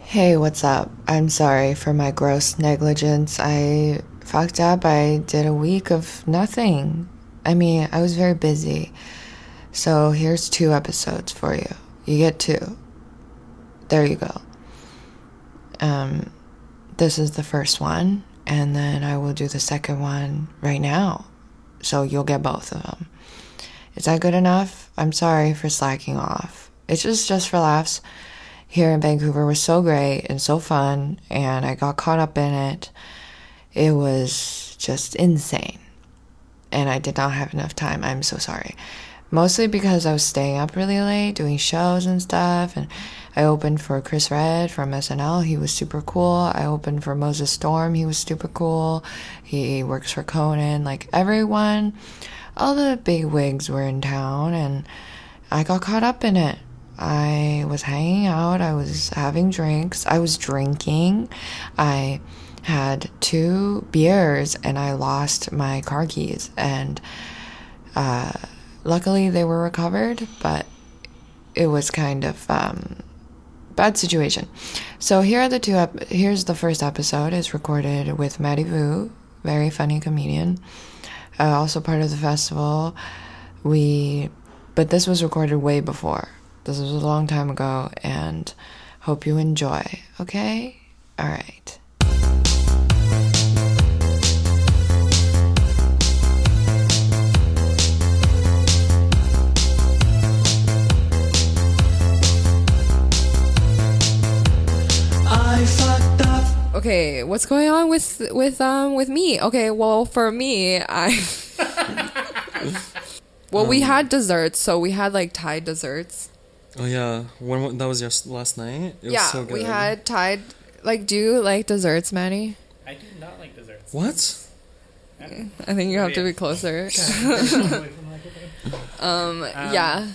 Hey, what's up? I'm sorry for my gross negligence. I fucked up. I did a week of nothing. I mean, I was very busy. So here's two episodes for you. You get two. There you go. Um, this is the first one, and then I will do the second one right now. So you'll get both of them. Is that good enough? I'm sorry for slacking off. It's just just for laughs. Here in Vancouver was so great and so fun, and I got caught up in it. It was just insane, and I did not have enough time. I'm so sorry. Mostly because I was staying up really late doing shows and stuff, and I opened for Chris Red from SNL. He was super cool. I opened for Moses Storm. He was super cool. He works for Conan. Like everyone, all the big wigs were in town, and I got caught up in it. I was hanging out. I was having drinks. I was drinking. I had two beers and I lost my car keys. And uh, luckily, they were recovered, but it was kind of um, bad situation. So here are the two. Ep- here's the first episode. is recorded with Maddie Vu, very funny comedian, uh, also part of the festival. We, but this was recorded way before. This was a long time ago, and hope you enjoy. Okay, all right. I fucked up. Okay, what's going on with with um with me? Okay, well for me, I Well, we Um, had desserts, so we had like Thai desserts. Oh yeah, when wa- that was your last night. It yeah, was so good. we had Thai like do you like desserts, Manny? I do not like desserts. what? I think you have to be closer. um, yeah.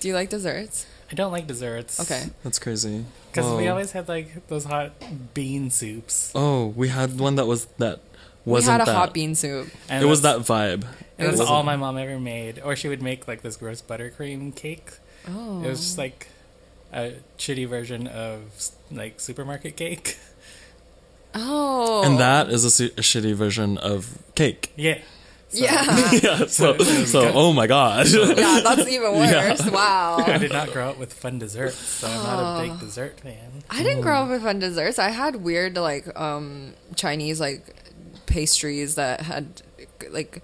Do you like desserts? I don't like desserts. Okay. That's crazy. Because we Whoa. always had like those hot bean soups. Oh, we had one that was that We wasn't had a that. hot bean soup. And It was that that's- vibe. It was wasn't- all my mom ever made, or she would make like this gross buttercream cake. Oh. It was just like a shitty version of like supermarket cake. Oh. And that is a, su- a shitty version of cake. Yeah, Yeah. Yeah. So so oh my god. Oh, yeah, that's even worse. Wow. I did not grow up with fun desserts, so I'm not Oh. a big dessert fan. I didn't Mm. grow up with fun desserts. I had weird like um Chinese like pastries that had like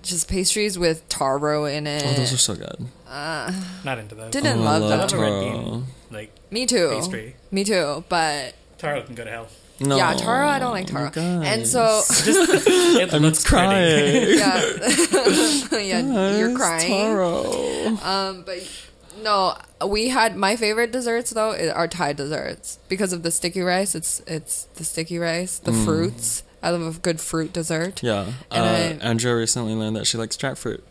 just pastries with taro in it. Oh, those are so good. Not into those. Didn't Oh, I love, love I them. love a red Taro. bean like Me too. Pastry. Me too. But taro can go to hell. No. yeah, taro. I don't like Oh taro. And so It I'm looks pretty. crying. yeah, yeah, you're It's crying. Taro. Um, but no, we had my favorite desserts though i- are Thai desserts because of the sticky rice. It's it's the sticky rice, the fruits. I love a good fruit dessert. Mm. Yeah. And uh, I- Andrea recently learned that she likes jackfruit.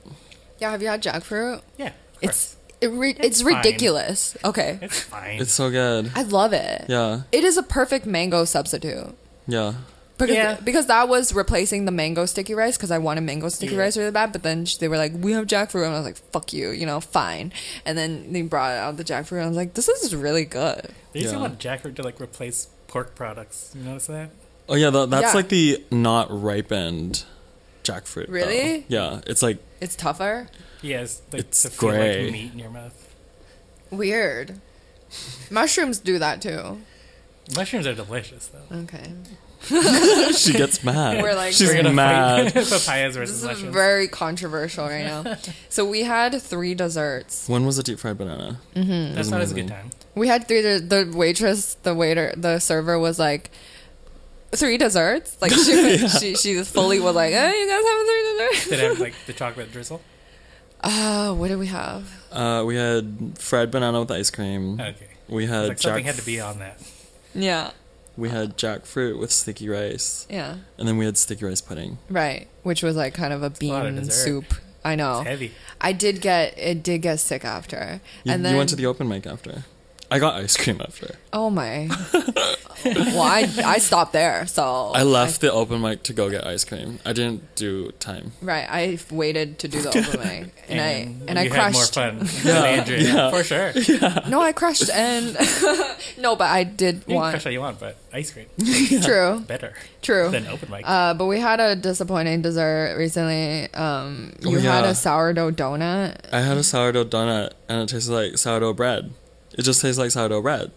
Yeah, have you had jackfruit? Yeah, of It's it re- it's, fine. ridiculous. Okay, course. it's fine. It's so good. I love it. Yeah. It is a perfect mango substitute. Yeah. Because, Yeah. because that was replacing the mango sticky rice because I wanted mango sticky Yeah. rice really bad. But then sh- they were like, "We have jackfruit," and I was like, "Fuck you," you know, fine. And then they brought out the jackfruit, and I was like, "This is really good." They used Yeah. to want jackfruit to like replace pork products. You notice that? Oh yeah, tha- that's Yeah. like the not ripened jackfruit. though. Really? Yeah, it's like It's tougher. Yes, like It's to feel gray. like meat in your mouth. Weird. Mushrooms do that too. Mushrooms are delicious though. Okay, she gets mad. We're like- she's We're We're gonna mad. fight papayas this versus is mushrooms. very controversial right now. so we had three desserts. When was a deep fried banana? That's not as a good time. We had three. The, the waitress, the waiter, the server was like three desserts. Like she, she, she fully was like, "Hey, you guys have three desserts." Did it have like the chocolate drizzle? Uh, what did we have? Uh, we had fried banana with ice cream. Okay. We Oh. had It's Mm. like Uh, jack. something had to be on that. Yeah, we had jackfruit with sticky rice, yeah, and then we had sticky rice pudding. right. Which was like kind of a lot of bean dessert. soup. I know. Heavy. I did get it. Did get sick after, You, and then you went to the open mic after. I got ice cream after. Oh my. well, I, I stopped there. So I left the open mic to go get ice cream. I didn't do time. Right, I waited to do the open mic, and, I and I you crushed. had more fun than Andrew, for sure. You No, I crushed, and no, but I did can crush want all you want, but ice cream true, better true. than open mic. Uh, but we had a disappointing dessert recently. Um, you Oh, had yeah. a sourdough donut. I had a sourdough donut and it tasted like sourdough bread. It just tastes like sourdough bread.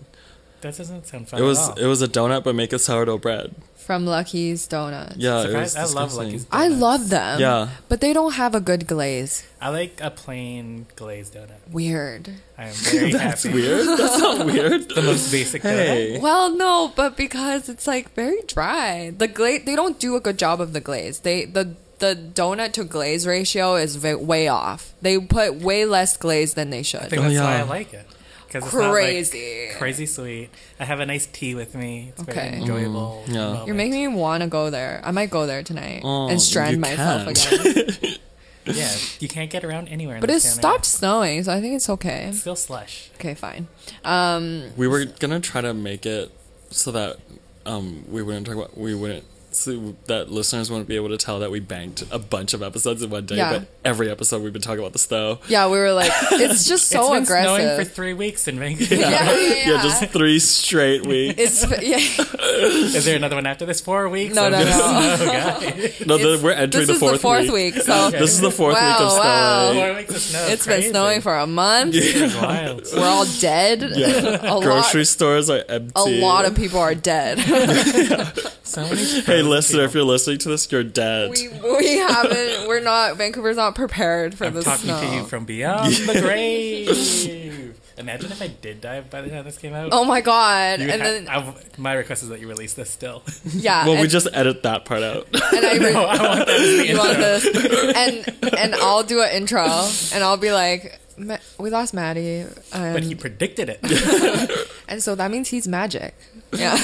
that doesn't sound fun. It was At all. it was a donut but make it sourdough bread. from Lucky's Donuts. Yeah, uh, it was Surprise, I love disgusting. Lucky's. I donuts. love them. Yeah. But they don't have a good glaze. I like a plain glazed donut. Weird. I am very That's happy. weird. That's not weird. The most basic donut. hey. Well, no, but because it's like very dry. The glaze they don't do a good job of the glaze. They the the donut to glaze ratio is ve- way off. They put way less glaze than they I think should. Oh, that's yeah. why I like it. Cause it's Crazy. Not like crazy sweet. I have a nice tea with me. It's Okay. very enjoyable. Mm, yeah. moment. You're making me want to go there. I might go there tonight Oh, and you strand myself can't. again. Yeah, you can't get around anywhere. In But it this town anymore. stopped snowing, so I think it's okay. It's still slush. Okay, fine. Um, We were gonna try to make it so that um we wouldn't talk about we wouldn't so that listeners wouldn't be able to tell that we banked a bunch of episodes in one day, Yeah. but every episode we've been talking about the snow. yeah, we were like, it's just so it's been snowing for aggressive. three weeks in Vancouver. yeah, yeah, yeah. just three straight weeks. it's yeah. Is there another one after this? Four weeks? No, of no, just Oh, no. Snow, guys. no, the, we're entering this the is fourth, the fourth week. week, so Okay. This is the fourth Wow, week of snow. wow. Four weeks of snow. it's crazy. been snowing for a month. It's wild. We're all dead. a Grocery lot, stores are empty. a lot of people are dead. So many. Hey, frozen listener, if people. you're listening to this, you're dead. we, we haven't. We're not. Vancouver's not prepared for I'm the talking snow. to you from beyond the grave. Imagine if I did die by the time this came out. Oh my god! You And ha- then I- my request is that you release this still. yeah, well, Uh, and, we just edit that part out. and I re- I want that to be you want in- this, and and I'll do an intro, and I'll be like, "Ma- "We lost Maddie, But he and, predicted it. and so that means he's magic." Yeah,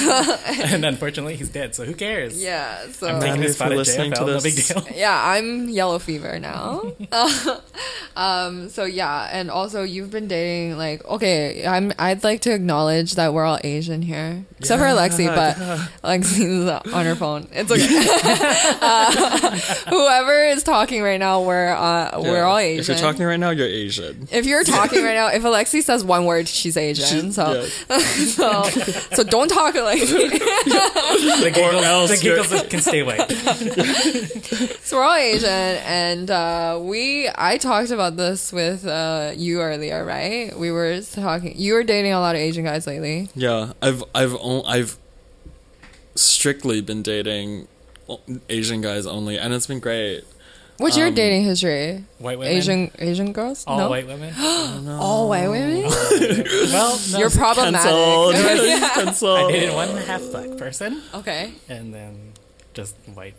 and unfortunately, he's dead, so who cares? yeah. So I'm taking Maddie, if you're his spot at listening JFL, to no this- big deal. yeah, I'm yellow fever now. um, so yeah, and also you've been dating like okay, I'm I'd like to acknowledge that we're all Asian here. Except for Alexi, but Alexi's on her phone. It's okay. uh, whoever is talking right now, we're uh, we're all Asian. If you're talking right now, you're Asian. If you're talking right now, if Alexi says one word, she's Asian. so, so, so don't talk, Alexi. The giggles, else the you're- giggles can stay away. So we're all Asian, and uh, we I talked about this with uh, you earlier, right? We were talking. You were dating a lot of Asian guys lately. Yeah, I've I've on, I've strictly been dating o- Asian guys only, and it's been great. What's Um, your dating history? White women. Asian Asian girls? All no, white women. all white women. Well, no, You're Cancelled. problematic. I Cancelled. dated one half black person, okay, and then just white.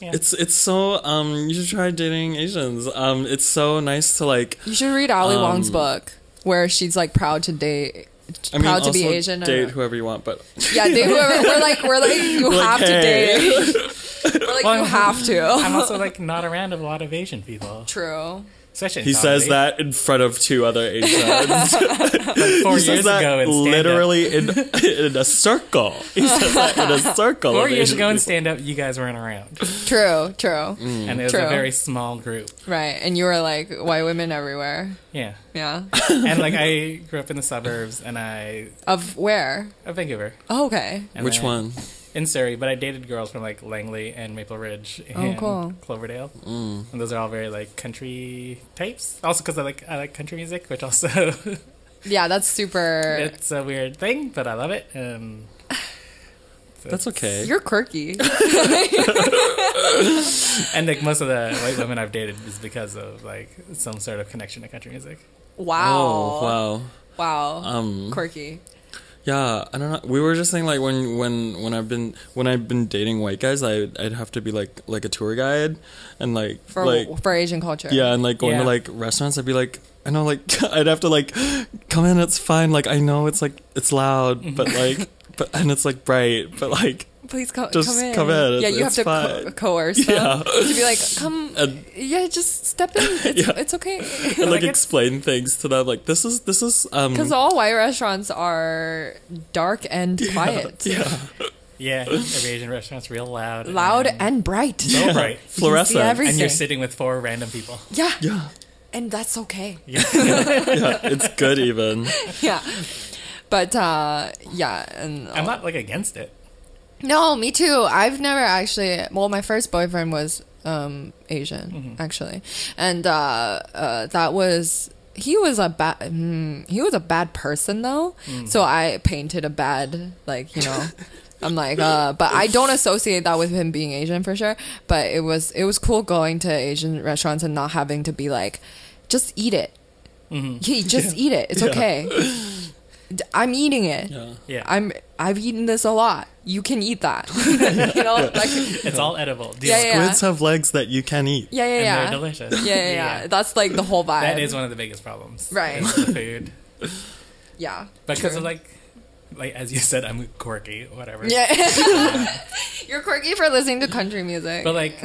Yeah. It's it's so um you should try dating Asians. Um, it's so nice to like. you should read Ali Um, Wong's book where she's like proud to date, I mean, proud to be also Asian. I don't Date know. whoever you want, but yeah, date whoever. We're like we're like you Like, have to hey. date. we're like Well, you have to. I'm also like not around a lot of Asian people. True. Especially in he says comedy. that in front of two other Asians. four he years says that ago in stand-up. literally in in a circle. He says that in a circle. Four of years Asian ago in people. Mm. stand up, you guys weren't around, True. True. and it was True. a very small group. Right, and you were like white women everywhere. Yeah, Yeah. and like I grew up in the suburbs, and I of where? of Vancouver. Oh, okay. And Which one? then- in Surrey, but I dated girls from like Langley and Maple Ridge and Oh, cool. Cloverdale, and those are all very like country types. Also, because I like I like country music, which also Yeah, that's super. it's a weird thing, but I love it. Um, so- That's okay. You're quirky. And like most of the white women I've dated is because of like some sort of connection to country music. Wow. Oh wow. Wow. Um, quirky. Yeah, I don't know. We were just saying like when when when I've been when I've been dating white guys, I I'd have to be like like a tour guide and like For like for Asian culture. yeah, and like going Yeah. to like restaurants, I'd be like I Mm-hmm. know like I'd have to like come in, it's fine. Like I know it's like it's loud, but like But and it's like bright, but like Please co- Just come in. come in, Yeah, it's- you have it's to co- fine. coerce them Yeah. Uh, to be like, come. And- yeah, just step in. It's, Yeah. it's okay. and like Like, it's- explain things to them. Like this is this is um Because all white restaurants are dark and quiet, yeah Yeah, every Asian restaurant's real loud. loud and, and bright. so bright. fluorescent. every- And you're Everything. sitting with four random people. Yeah, yeah, and that's okay. yeah, it's good even. Yeah, but uh, yeah, and I'm not like against it. No, me too. I've never actually. Well, my first boyfriend was um, Asian, actually, and uh, uh, that was he was a bad mm, he was a bad person though. So I painted a bad like you know. I'm like, uh, but I don't associate that with him being Asian for sure. But it was it was cool going to Asian restaurants and not having to be like, just eat it. Yeah, just eat it. It's Yeah. okay. D- I'm eating it. Yeah. Yeah. I'm I've eaten this a lot. You can eat that. you know, like it's all edible. Deal Yeah, with it. yeah. Squids have legs that you can eat. yeah, yeah, And yeah. they're delicious. Yeah, yeah, yeah, That's like the whole vibe. That is one of the biggest problems. Right. is The food. yeah. Because True. of like, like as you said, I'm quirky, whatever. yeah. You're quirky for listening to country music. But like,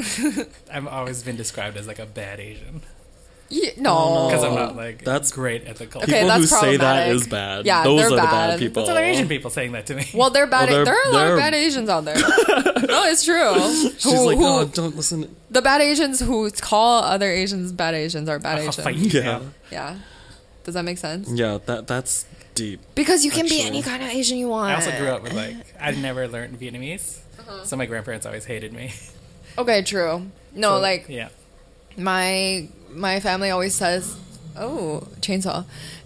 I've always been described as like a bad Asian Ye- no. because I'm not like That's- that's great at the culture. Okay, people that's who say that problematic. is bad. Yeah, those they're are the bad. bad people. That's other Asian people saying that to me. well, they're bad. Well, they're- there are a lot of they're- bad Asians out there. no, it's true. She's who, like, who- oh, don't listen. the bad Asians who call other Asians bad Asians are bad I'll fight Asians. you Yeah. now. Yeah. Does that make sense? Yeah, that that's deep. Because you can be Actually. any kind of Asian you want. I also grew up with Uh-huh. like I never learned Vietnamese, so my grandparents always hated me. Okay, true. No, So, like yeah, my my family always says oh chainsaw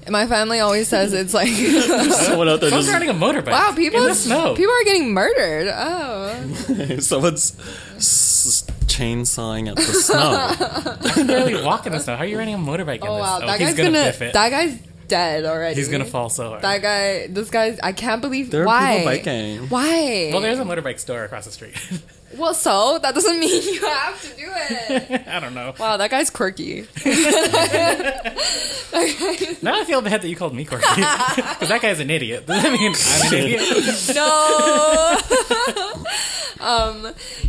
my family always says it's like Someone out there I was just riding a motorbike. wow people in the snow. people are getting murdered oh someone's s- chainsawing at the snow. can barely walk in the snow. How are you riding a motorbike in oh the wow snow? that He's guy's gonna, gonna, biff it. that guy's dead already He's gonna fall so hard. that guy this guy's i can't believe There are why people biking. why well, there's a motorbike store across the street. well so that doesn't mean you have to do it I don't know. wow that guy's quirky Now I feel bad that you called me quirky because that guy's an idiot. Does that mean I'm an idiot? no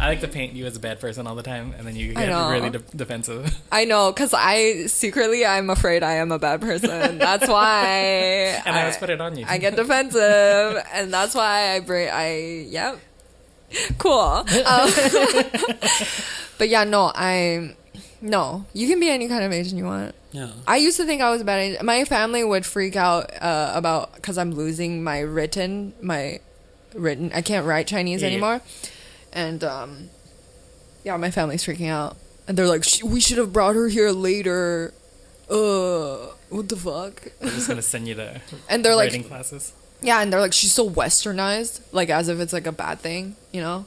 I like to paint you as a bad person all the time, and then you get know. really de- defensive. i know because i secretly i'm afraid i am a bad person that's why And I, always put it on you. I get defensive, and that's why I bring. I yep, cool. Um, but yeah, no, I no. You can be any kind of Asian you want. Yeah. I used to think I was a bad Asian. My family would freak out uh, about because I'm losing my written my written. I can't write Chinese Yeah. anymore, and um, yeah, my family's freaking out, and they're like, "Sh- "We should have brought her here later." Uh, what the fuck? I'm just gonna send you to And they're like, writing classes. yeah, and they're like, she's so westernized, like as if it's like a bad thing, you know?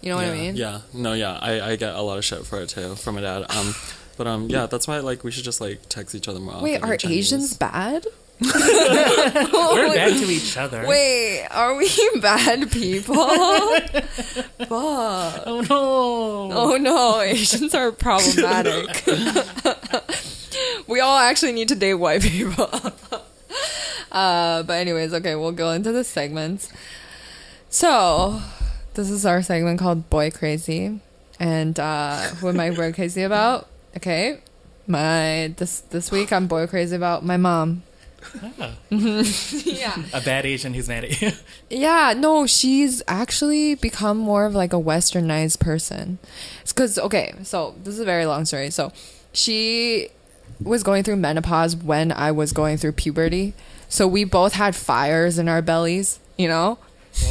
You know what yeah, I mean? Yeah. No, yeah. I, I get a lot of shit for it too from my dad. Um but um yeah, that's why like we should just like text each other more Wait, often in are Chinese. Asians bad? We're "Oh, wait, bad to each other. wait, are we bad people? Fuck. Oh no. Oh no, Asians are problematic. we all actually need to date white people. uh, but anyways, okay, we'll go into the segments. So, this is our segment called Boy Crazy. And uh, who am I boy crazy about? Okay, my this this week I'm boy crazy about my mom. Ah, Yeah, a bad Asian who's mad at you. yeah. No, she's actually become more of like a westernized person. It's because okay, so this is a very long story. So she was going through menopause when I was going through puberty. So we both had fires in our bellies. You know,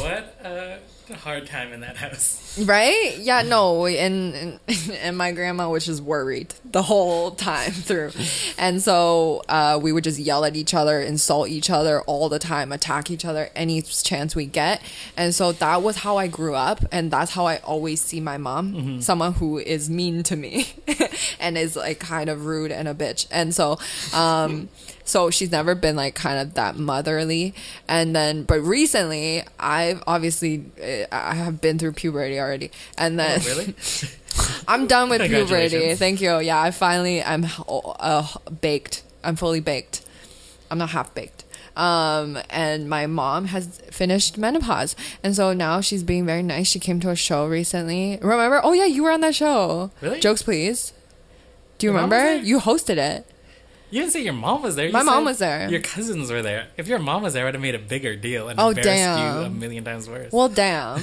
what a hard time in that house. Right? Yeah, no, and, and and my grandma was just worried the whole time through. And so uh, we would just yell at each other, insult each other all the time, attack each other any chance we get. And so that was how I grew up and that's how I always see my mom, someone who is mean to me and is like kind of rude and a bitch. And so um so she's never been like kind of that motherly and then but recently i've obviously eh, i have been through puberty already and then Really? i'm done with puberty Congratulations. thank you yeah i finally i'm ho- uh, baked i'm fully baked i'm not half baked Um, and my mom has finished menopause. And so now she's being very nice. She came to a show recently. Remember? Oh, yeah, you were on that show. Really? Jokes, please. Do Your you mom was there? remember? You hosted it. You didn't say your mom was there. You My mom said was there. Your cousins were there. If your mom was there, I would have made a bigger deal and Oh, embarrassed you a damn. million times worse. Well, damn.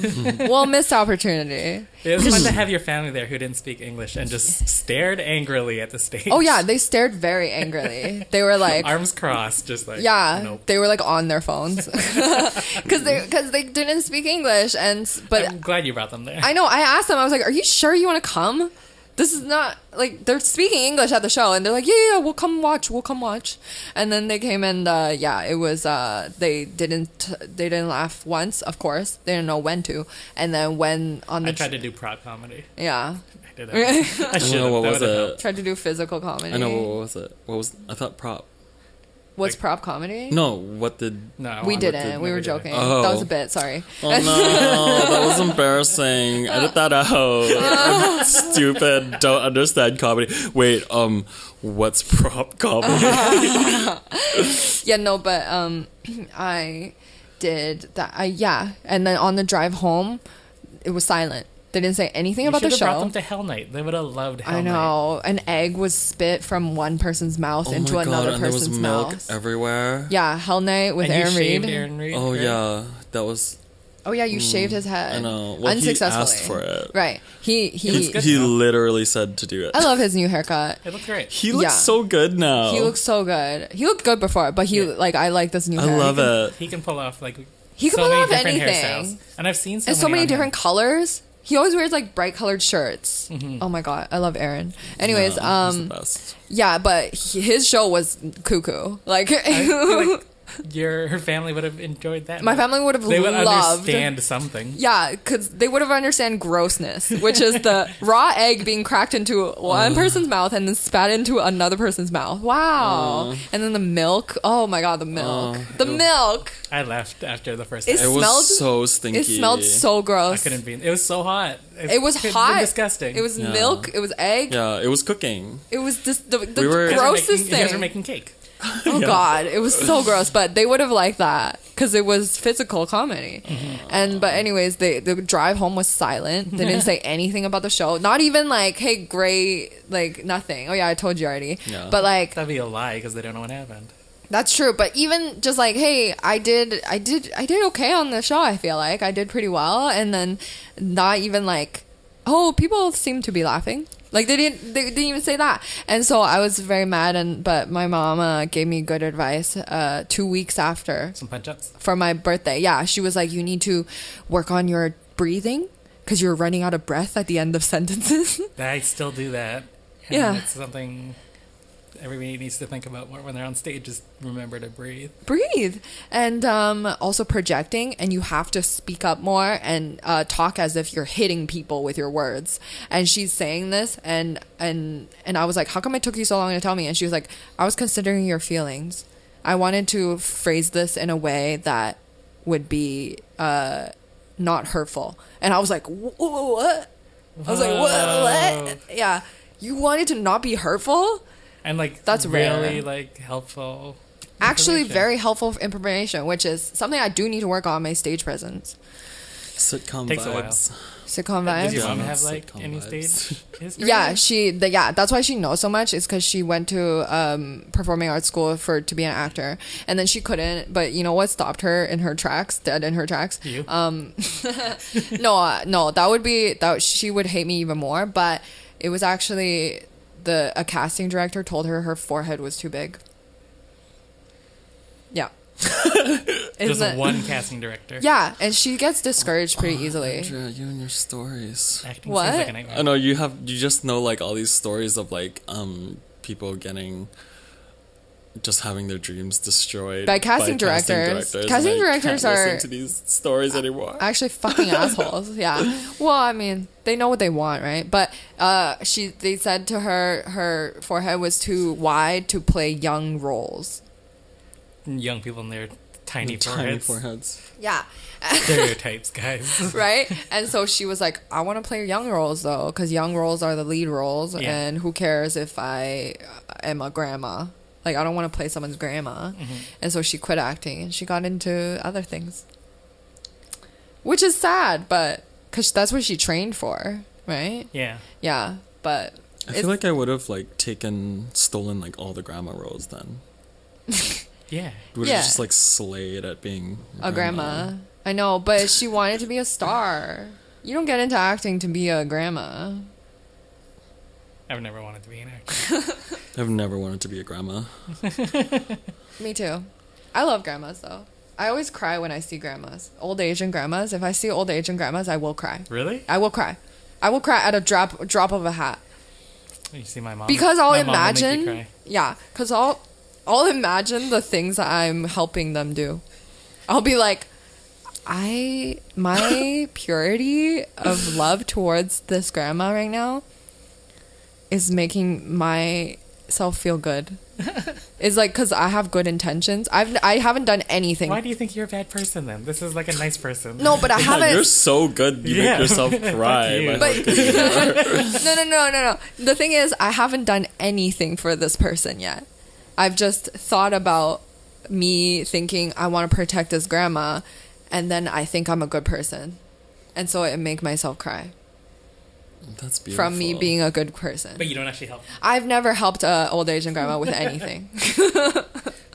well, missed opportunity. it was fun to have your family there who didn't speak English and just stared angrily at the stage. Oh, yeah, they stared very angrily. They were like, arms crossed, just like Yeah, Nope. they were like on their phones because they because they didn't speak English. And s- but I'm glad you brought them there. I know I asked them. I was like, "Are you sure you want to come? This is not like they're speaking English at the show." And they're like, "Yeah, yeah, we'll come watch. We'll come watch." And then they came and uh, yeah, it was uh, they didn't they didn't laugh once. Of course, they didn't know when to. And then when on I the tried to do prop comedy. yeah I did that. I I should don't have. know what That was would have helped. it. tried to do physical comedy. I know what was it. What was I thought prop? What's Like- prop comedy? No, what did? No, we I didn't. did- we no, were didn't. joking. Oh. That was a bit. Sorry. Oh no, that was embarrassing. Edit that out. I'm stupid. Don't understand comedy. Wait, um, what's prop comedy? yeah no but um i did that i yeah and then on the drive home it was silent they didn't say anything You about the should have brought show them to Hell Night. They would have loved Hell i know an egg was spit from one person's mouth into another Oh and there was person's milk mouth everywhere. yeah hell night with Night. And you aaron reed shaved Aaron Reed. Oh right? yeah, that was. oh yeah you shaved his head Mm, I know. Well, he unsuccessfully asked for it. right he he looks good He now. literally said to do it. i love his new haircut It looked great. He looks Yeah. so good now. he looks so good he looked good before but he Yeah. like i like this new Oh. I hair love it. He can pull off like He can so pull many off different anything. hairstyles. and I've seen so and so many on him. different colors. He always wears like bright colored shirts. Mm-hmm. Oh my god, I love Aaron. Anyways, Yeah, he's the um, best. yeah, but he- his show was cuckoo. Like, I feel like your her family would have enjoyed that. my family would have they would loved. understand something. Yeah, because they would have understand grossness, which is the raw egg being cracked into one person's mouth and then spat into another person's mouth. Wow! and then the milk. Oh my god, the milk. Uh, the it- milk. I left after the first. It's- it time. smelled- was so stinky. It smelled so I gross. couldn't be. It was so hot. It's- It was it's been hot. disgusting. It was Yeah. milk. It was egg. Yeah, it was cooking. It was this, the, the We were- You guys are making- grossest thing. You guys are making cake. Oh Yeah. God, it was so gross. But they would have liked that because it was physical comedy. Mm-hmm. And but anyways, they the drive home was silent. They didn't say anything about the show. Not even like, hey, great, like nothing. Oh yeah, I told you already. Yeah. But like That'd be a lie because they don't know what happened. that's true. But even just like, hey, I did, I did, I did okay on the show. I feel like I did pretty well. And then not even like, oh, people seem to be laughing. Like they didn't, they didn't even say that. And so I was very mad. And but my mom uh, gave me good advice. Uh, two weeks after Some punch ups. for my birthday, yeah, she was like, you need to work on your breathing because you're running out of breath at the end of sentences. I still do that. And Yeah. it's something everybody needs to think about more when they're on stage. Just remember to breathe. breathe and um, also projecting and you have to speak up more and uh, talk as if you're hitting people with your words and she's saying this and and and i was like how come it took you so long to tell me and she was like i was considering your feelings i wanted to phrase this in a way that would be uh, not hurtful and i was like "Wh- wh- what i was like what, Whoa. what yeah you wanted to not be hurtful And like That's really rare. like helpful. actually information. very helpful information, which is something I do need to work on my stage presence. Sitcom Takes a while. vibes. Sitcom Does vibes. your mom Yeah, have like sitcom any vibes. stage history? Yeah, she. The, yeah, that's why she knows so much. Is because she went to um, performing arts school for to be an actor, and then she couldn't. But you know what stopped her in her tracks? Dead in her tracks. You? Um, no, uh, no, that would be that. She would hate me even more. But it was actually the a casting director told her her forehead was too big. Yeah. Just Isn't it- one casting director. Yeah, and she gets discouraged pretty easily. Andrea, you and your stories. Acting What? seems like a nightmare. I know you have. You just know like all these stories of like um people getting. Just having their dreams destroyed By casting directors. and Casting I can't directors listen are- to these stories anymore. Actually, fucking assholes. Yeah. Well, I mean, they know what they want, right? But uh, she, they said to her, her forehead was too wide to play young roles. Young people and their tiny, Tiny foreheads. foreheads. Yeah. Stereotypes, guys. right? And so she was like, I want to play young roles though, because young roles are the lead roles, Yeah. and who cares if I am a grandma? Like I don't want to play someone's grandma, and so she quit acting and she got into other things, which is sad, but because that's what she trained for, right? Yeah. Yeah, but I it's- feel like I would have like taken stolen like all the grandma roles then. Yeah. Would Yeah. have just like slayed at being a grandma. I know, but she wanted to be a star. You don't get into acting to be a grandma. I've never wanted to be an actor. I've never wanted to be a grandma. Me too. I love grandmas though. I always cry when I see grandmas, old Asian grandmas. If I see old Asian grandmas, I will cry. Really? I will cry. I will cry at a drop drop of a hat You see my mom. because I'll Um, my mom will make you imagine. cry. Yeah, because I'll I'll imagine the things that I'm helping them do. I'll be like, I my purity of love towards this grandma right now is making myself feel good. It's like because I have good intentions. I've I haven't done anything. Why do you think you're a bad person then? This is like a nice person. no, but I Yeah, haven't. you're so good. You Yeah. make yourself cry. you. by But no, no, no, no, no. The thing is, I haven't done anything for this person yet. I've just thought about me thinking I want to protect his grandma, and then I think I'm a good person, and so it make myself cry That's beautiful. from me being a good person. But you don't actually help. I've never helped a old Asian grandma with anything.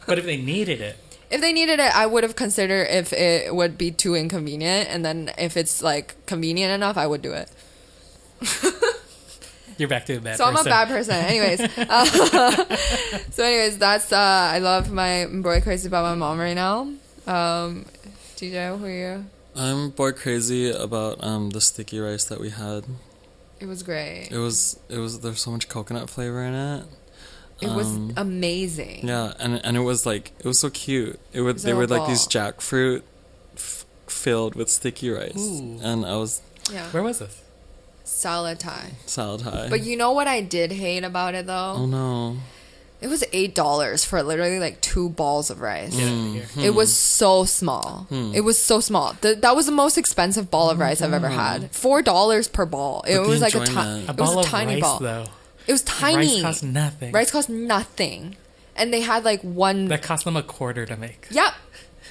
But if they needed it, if they needed it, I would have considered if it would be too inconvenient, and then if it's like convenient enough, I would do it. you're back to a bad so person. I'm a bad person. Anyways, Uh, so anyways, that's uh, I love my I'm boy crazy about my mom right now. Um, DJ, who are you? I'm boy crazy about um the sticky rice that we had. It was great. It was it was there's so much coconut flavor in it. It was Um, amazing. Yeah, and and it was like it was so cute. It was It's they a were little like these ball. jackfruit f- filled with sticky rice, Ooh. and I was Yeah. Where was this? Salad Thai. salad high. But you know what I did hate about it oh though? no, It was eight dollars for literally like two balls of rice. Get Mm. out of here. It Hmm. was so small. It was so small. Th- that was the most expensive ball of rice I've ever had. Four dollars per ball. It Oh But the was like a, enjoyment. ti- A A it was ball a of tiny rice, ball. though. It was tiny. Rice costs nothing. Rice cost nothing. And they had like one. That cost them a quarter to make. yep.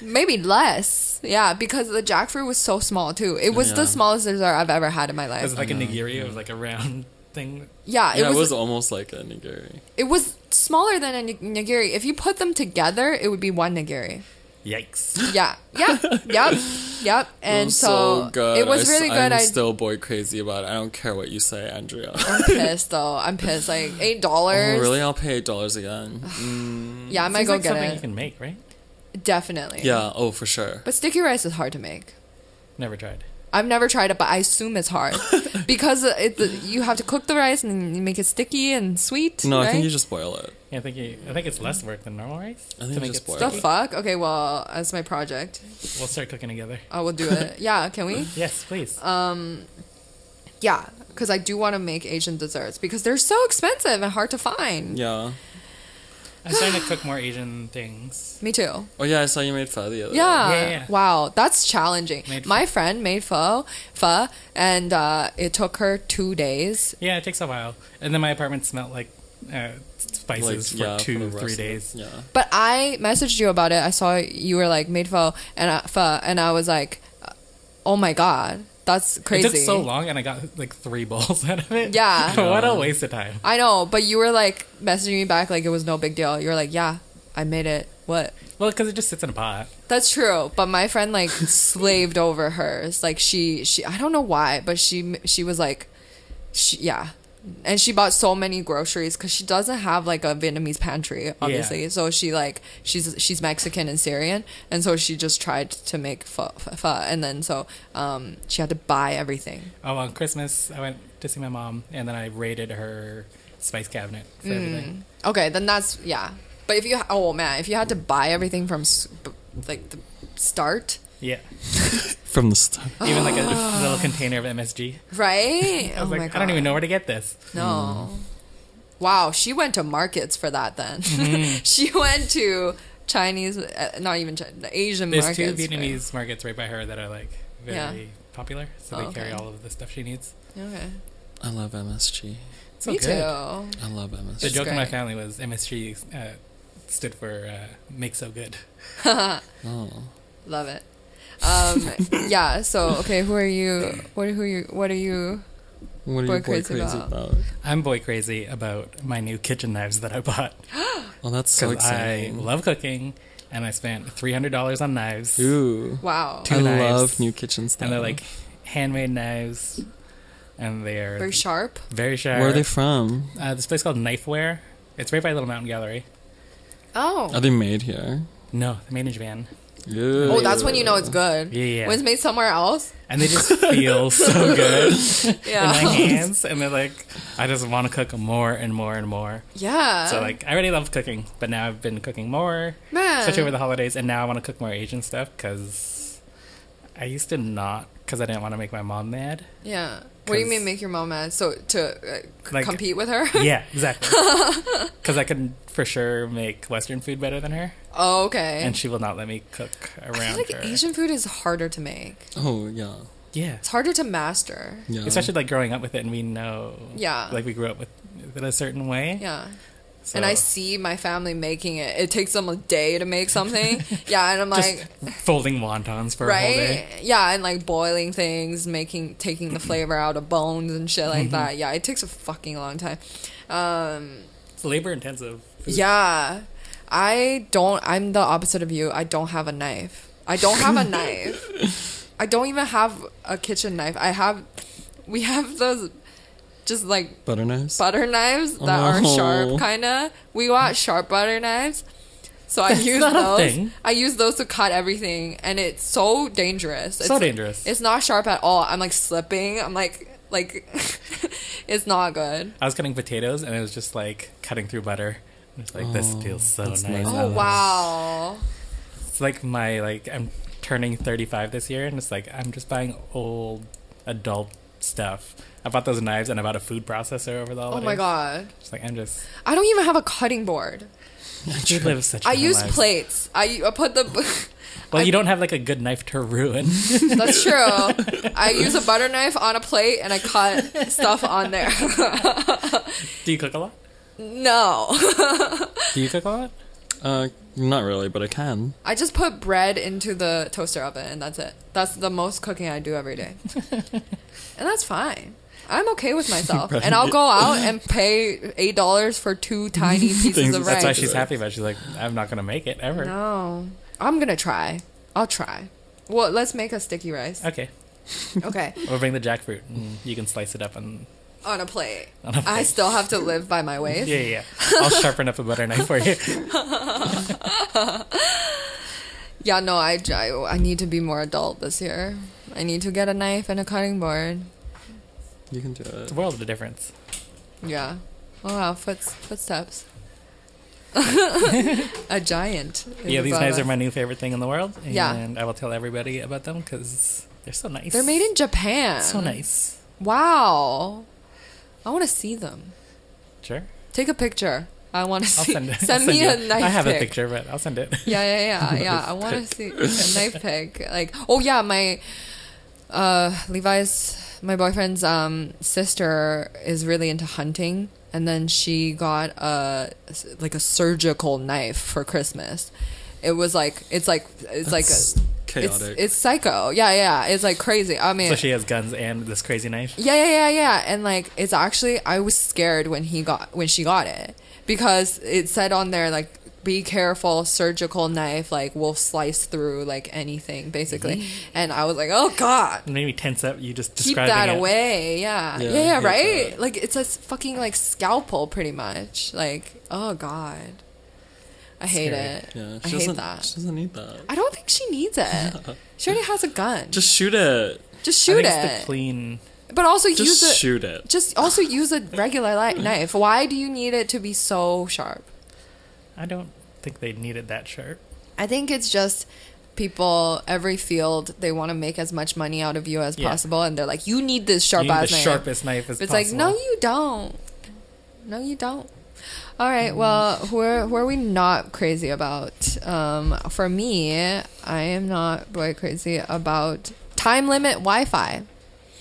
Maybe less. Yeah, because the jackfruit was so small too. It was Yeah. the smallest dessert I've ever had in my It life. was like a nigiri. It was like a round thing. yeah, it yeah, was, almost like a nigiri. it was smaller than a ni- nigiri. If you put them together, it would be one nigiri. Yikes. Yeah. Yep. yep. Yep. It And was so, it was I s- really good. I'm I still boy crazy about it. I don't care what you say, Andrea. I'm pissed though. I'm pissed. Like eight oh, dollars. really? I'll pay eight dollars again. Mm, Yeah, I might Seems like go something you get it. can make, right? Definitely. yeah. Oh, for sure. But sticky rice is hard to make. Never tried. I've never tried it, but I assume it's hard because it, you have to cook the rice and then you make it sticky and sweet. No, right? I think you just boil it. Yeah, I think you, I think it's less work than normal rice. I think to you make just it boil the it. fuck. Okay, well, that's my project. We'll start cooking together. I will do it. yeah, can we? Yes, please. Yeah, because I do want to make Asian desserts because they're so expensive and hard to find. Yeah. I'm starting to cook more Asian things. Me too. Oh yeah, I saw you made pho the other day. Yeah. Yeah, yeah. Wow, that's challenging. Made pho. My friend made pho, pho, and uh, it took her two days Yeah, it takes a while. And then my apartment smelled like uh, Like, spices yeah, for two, the rest three of it. days. Yeah. But I messaged you about it. I saw you were like made pho and I, pho, and I was like, oh my god, that's crazy. It took so long, and I got like three bowls out of it. Yeah. what Um, a waste of time. I know, but you were like messaging me back like it was no big deal. You were like, yeah, I made it. What? Well, because it just sits in a pot. That's true. But my friend like slaved over hers. Like she she I don't know why, but she she was like, she, yeah. And she bought so many groceries because she doesn't have like a Vietnamese pantry, obviously. So she like she's she's Mexican and Syrian, and so she just tried to make pho, pho and then so um she had to buy everything. Oh, on Christmas, I went to see my mom, and then I raided her spice cabinet for Mm. everything. Okay, then that's yeah. But if you oh man, if you had to buy everything from s- b- like the start, Yeah, From the start. even like a little container of MSG. right? Oh I was like, I don't even know where to get this. No. Hmm. Wow, she went to markets for that then. Mm-hmm. she went to Chinese, uh, not even Chi- the Asian There's markets. two for- Vietnamese markets right by her that are like very Yeah. popular, so Oh, they carry okay. all of the stuff she needs. Okay. I love MSG. It's so Me good. too. I love MSG. The It's joke in my great. family was MSG uh, stood for uh, make so good. Oh. Love it. Um, yeah. So okay, who are you? What who you? What are you? What are Boy you boy crazy crazy, about? about? I'm boy crazy about my new kitchen knives that I bought Oh, that's so because I exciting. love cooking, and I spent three hundred dollars on knives, Ooh. Wow. Two I knives. love new kitchen stuff. and they're like handmade knives, and they are Very sharp. very sharp. where are they from? uh, this place called Knifeware. It's right by Little Mountain Gallery. Are Oh. they made here? No, they made in Japan, Oh, that's when you know it's good. Yeah, yeah. When it's made somewhere else. and they just feel so good in my Yeah. hands. And they're like, I just want to cook more and more and more. yeah. So like, I already love cooking, but now I've been cooking more, man. especially over the holidays, and now I want to cook more Asian stuff because I used to not because I didn't want to make my mom mad. yeah. What do you 'cause- mean make your mom mad? So to uh, c- Like- compete with her? Yeah, exactly. Because I could for sure make Western food better than her, oh, okay. and she will not let me cook around I feel like her. Asian food is harder to make. Oh, yeah. yeah. It's harder to master. Yeah. Especially like growing up with it, and we know, Yeah. like we grew up with it a certain way. Yeah. so- And I see my family making it. It takes them a day to make something. yeah, and I'm just like, folding wontons for a whole right? day. Yeah, and like boiling things, making, taking the flavor out of bones and shit Mm-hmm. like that. Yeah, it takes a fucking long time. Um, It's labor intensive. yeah, I don't. I'm the opposite of you. I don't have a knife. I don't have a knife. I don't even have a kitchen knife. I have. We have those, just like butter knives? butter knives that are Oh. sharp kind of we got sharp butter knives so i use not a those thing. i use those to cut everything and it's so dangerous it's So dangerous. it's not sharp at all i'm like slipping i'm like like it's not good I was cutting potatoes, and it was just like cutting through butter. It's like this Oh, feels so nice. that's nice. I oh love it. wow It's like my like I'm turning 35 this year, and it's like I'm just buying old adult stuff. I bought those knives, and I bought a food processor over the oh holidays. my god It's like I'm just. i don't even have a cutting board You live such. i different use lives. plates i, I put the Well, you don't have like a good knife to ruin. that's true i use a butter knife on a plate and i cut stuff on there Do you cook a lot? no Do you cook a lot? Uh, not really, but I can. I just put bread into the toaster oven and that's it. That's the most cooking I do every day. and that's fine. I'm okay with myself. and I'll go out and pay $8 for two tiny pieces Things- of rice. That's why she's happy about. It. She's like, I'm not gonna make it ever. no. I'm going to try. I'll try. Well, let's make a sticky rice. Okay, Okay. we'll bring the jackfruit. And you can slice it up and. On a plate. On a I plate. still have to live by my Yeah, ways. yeah. yeah. I'll sharpen up a butter knife for you. Yeah, no, I, I, I need to be more adult this year. I need to get a knife and a cutting board. You can do it. It's a world of a difference. Yeah. Oh wow, Foots, footsteps. a giant. is yeah, these above knives are us. my new favorite thing in the world. And Yeah. I will tell everybody about them because they're so nice. They're made in Japan. so nice. Wow. I want to see them. Sure. Take a picture. I want to I'll see. send it. send, I'll me you- a knife. I have pic. a picture, but I'll send it. Yeah, yeah, yeah, yeah. I want to see a knife pick. Like, oh yeah, my uh, Levi's, my boyfriend's um, sister is really into hunting, and then she got a like a surgical knife for Christmas. It was like it's like it's like That's a, chaotic. It's, it's psycho. Yeah, yeah. It's like crazy. I mean, So she has guns and this crazy knife. yeah, yeah, yeah, yeah. And like, it's actually I was scared when he got when she got it because it said on there like, "Be careful, surgical knife like will slice through like anything basically." And I was like, "Oh God." It made me tense up. You just Keep describing that it. away, yeah, yeah, Yeah, yeah, I hate right. that. Like it's a s- fucking like scalpel, pretty much. Like, oh god, I hate Scary. it. Yeah, she I hate doesn't, that. She doesn't need that. I don't think she needs it. She already has a gun. Just, Just shoot it. I shoot think it's it, the clean. but also use Just it. shoot it. Just also use a regular light knife. Why do you need it to be so sharp? I don't think they need it that sharp. I think it's just people every field they want to make as much money out of you as Yeah. possible, and they're like, "You need this sharp you need the ass knife." sharpest knife as it's like, possible. no, you don't. No, you don't. All right. Well, who are, who are we not crazy about? Um, for me, I am not boy crazy about time limit Wi-Fi.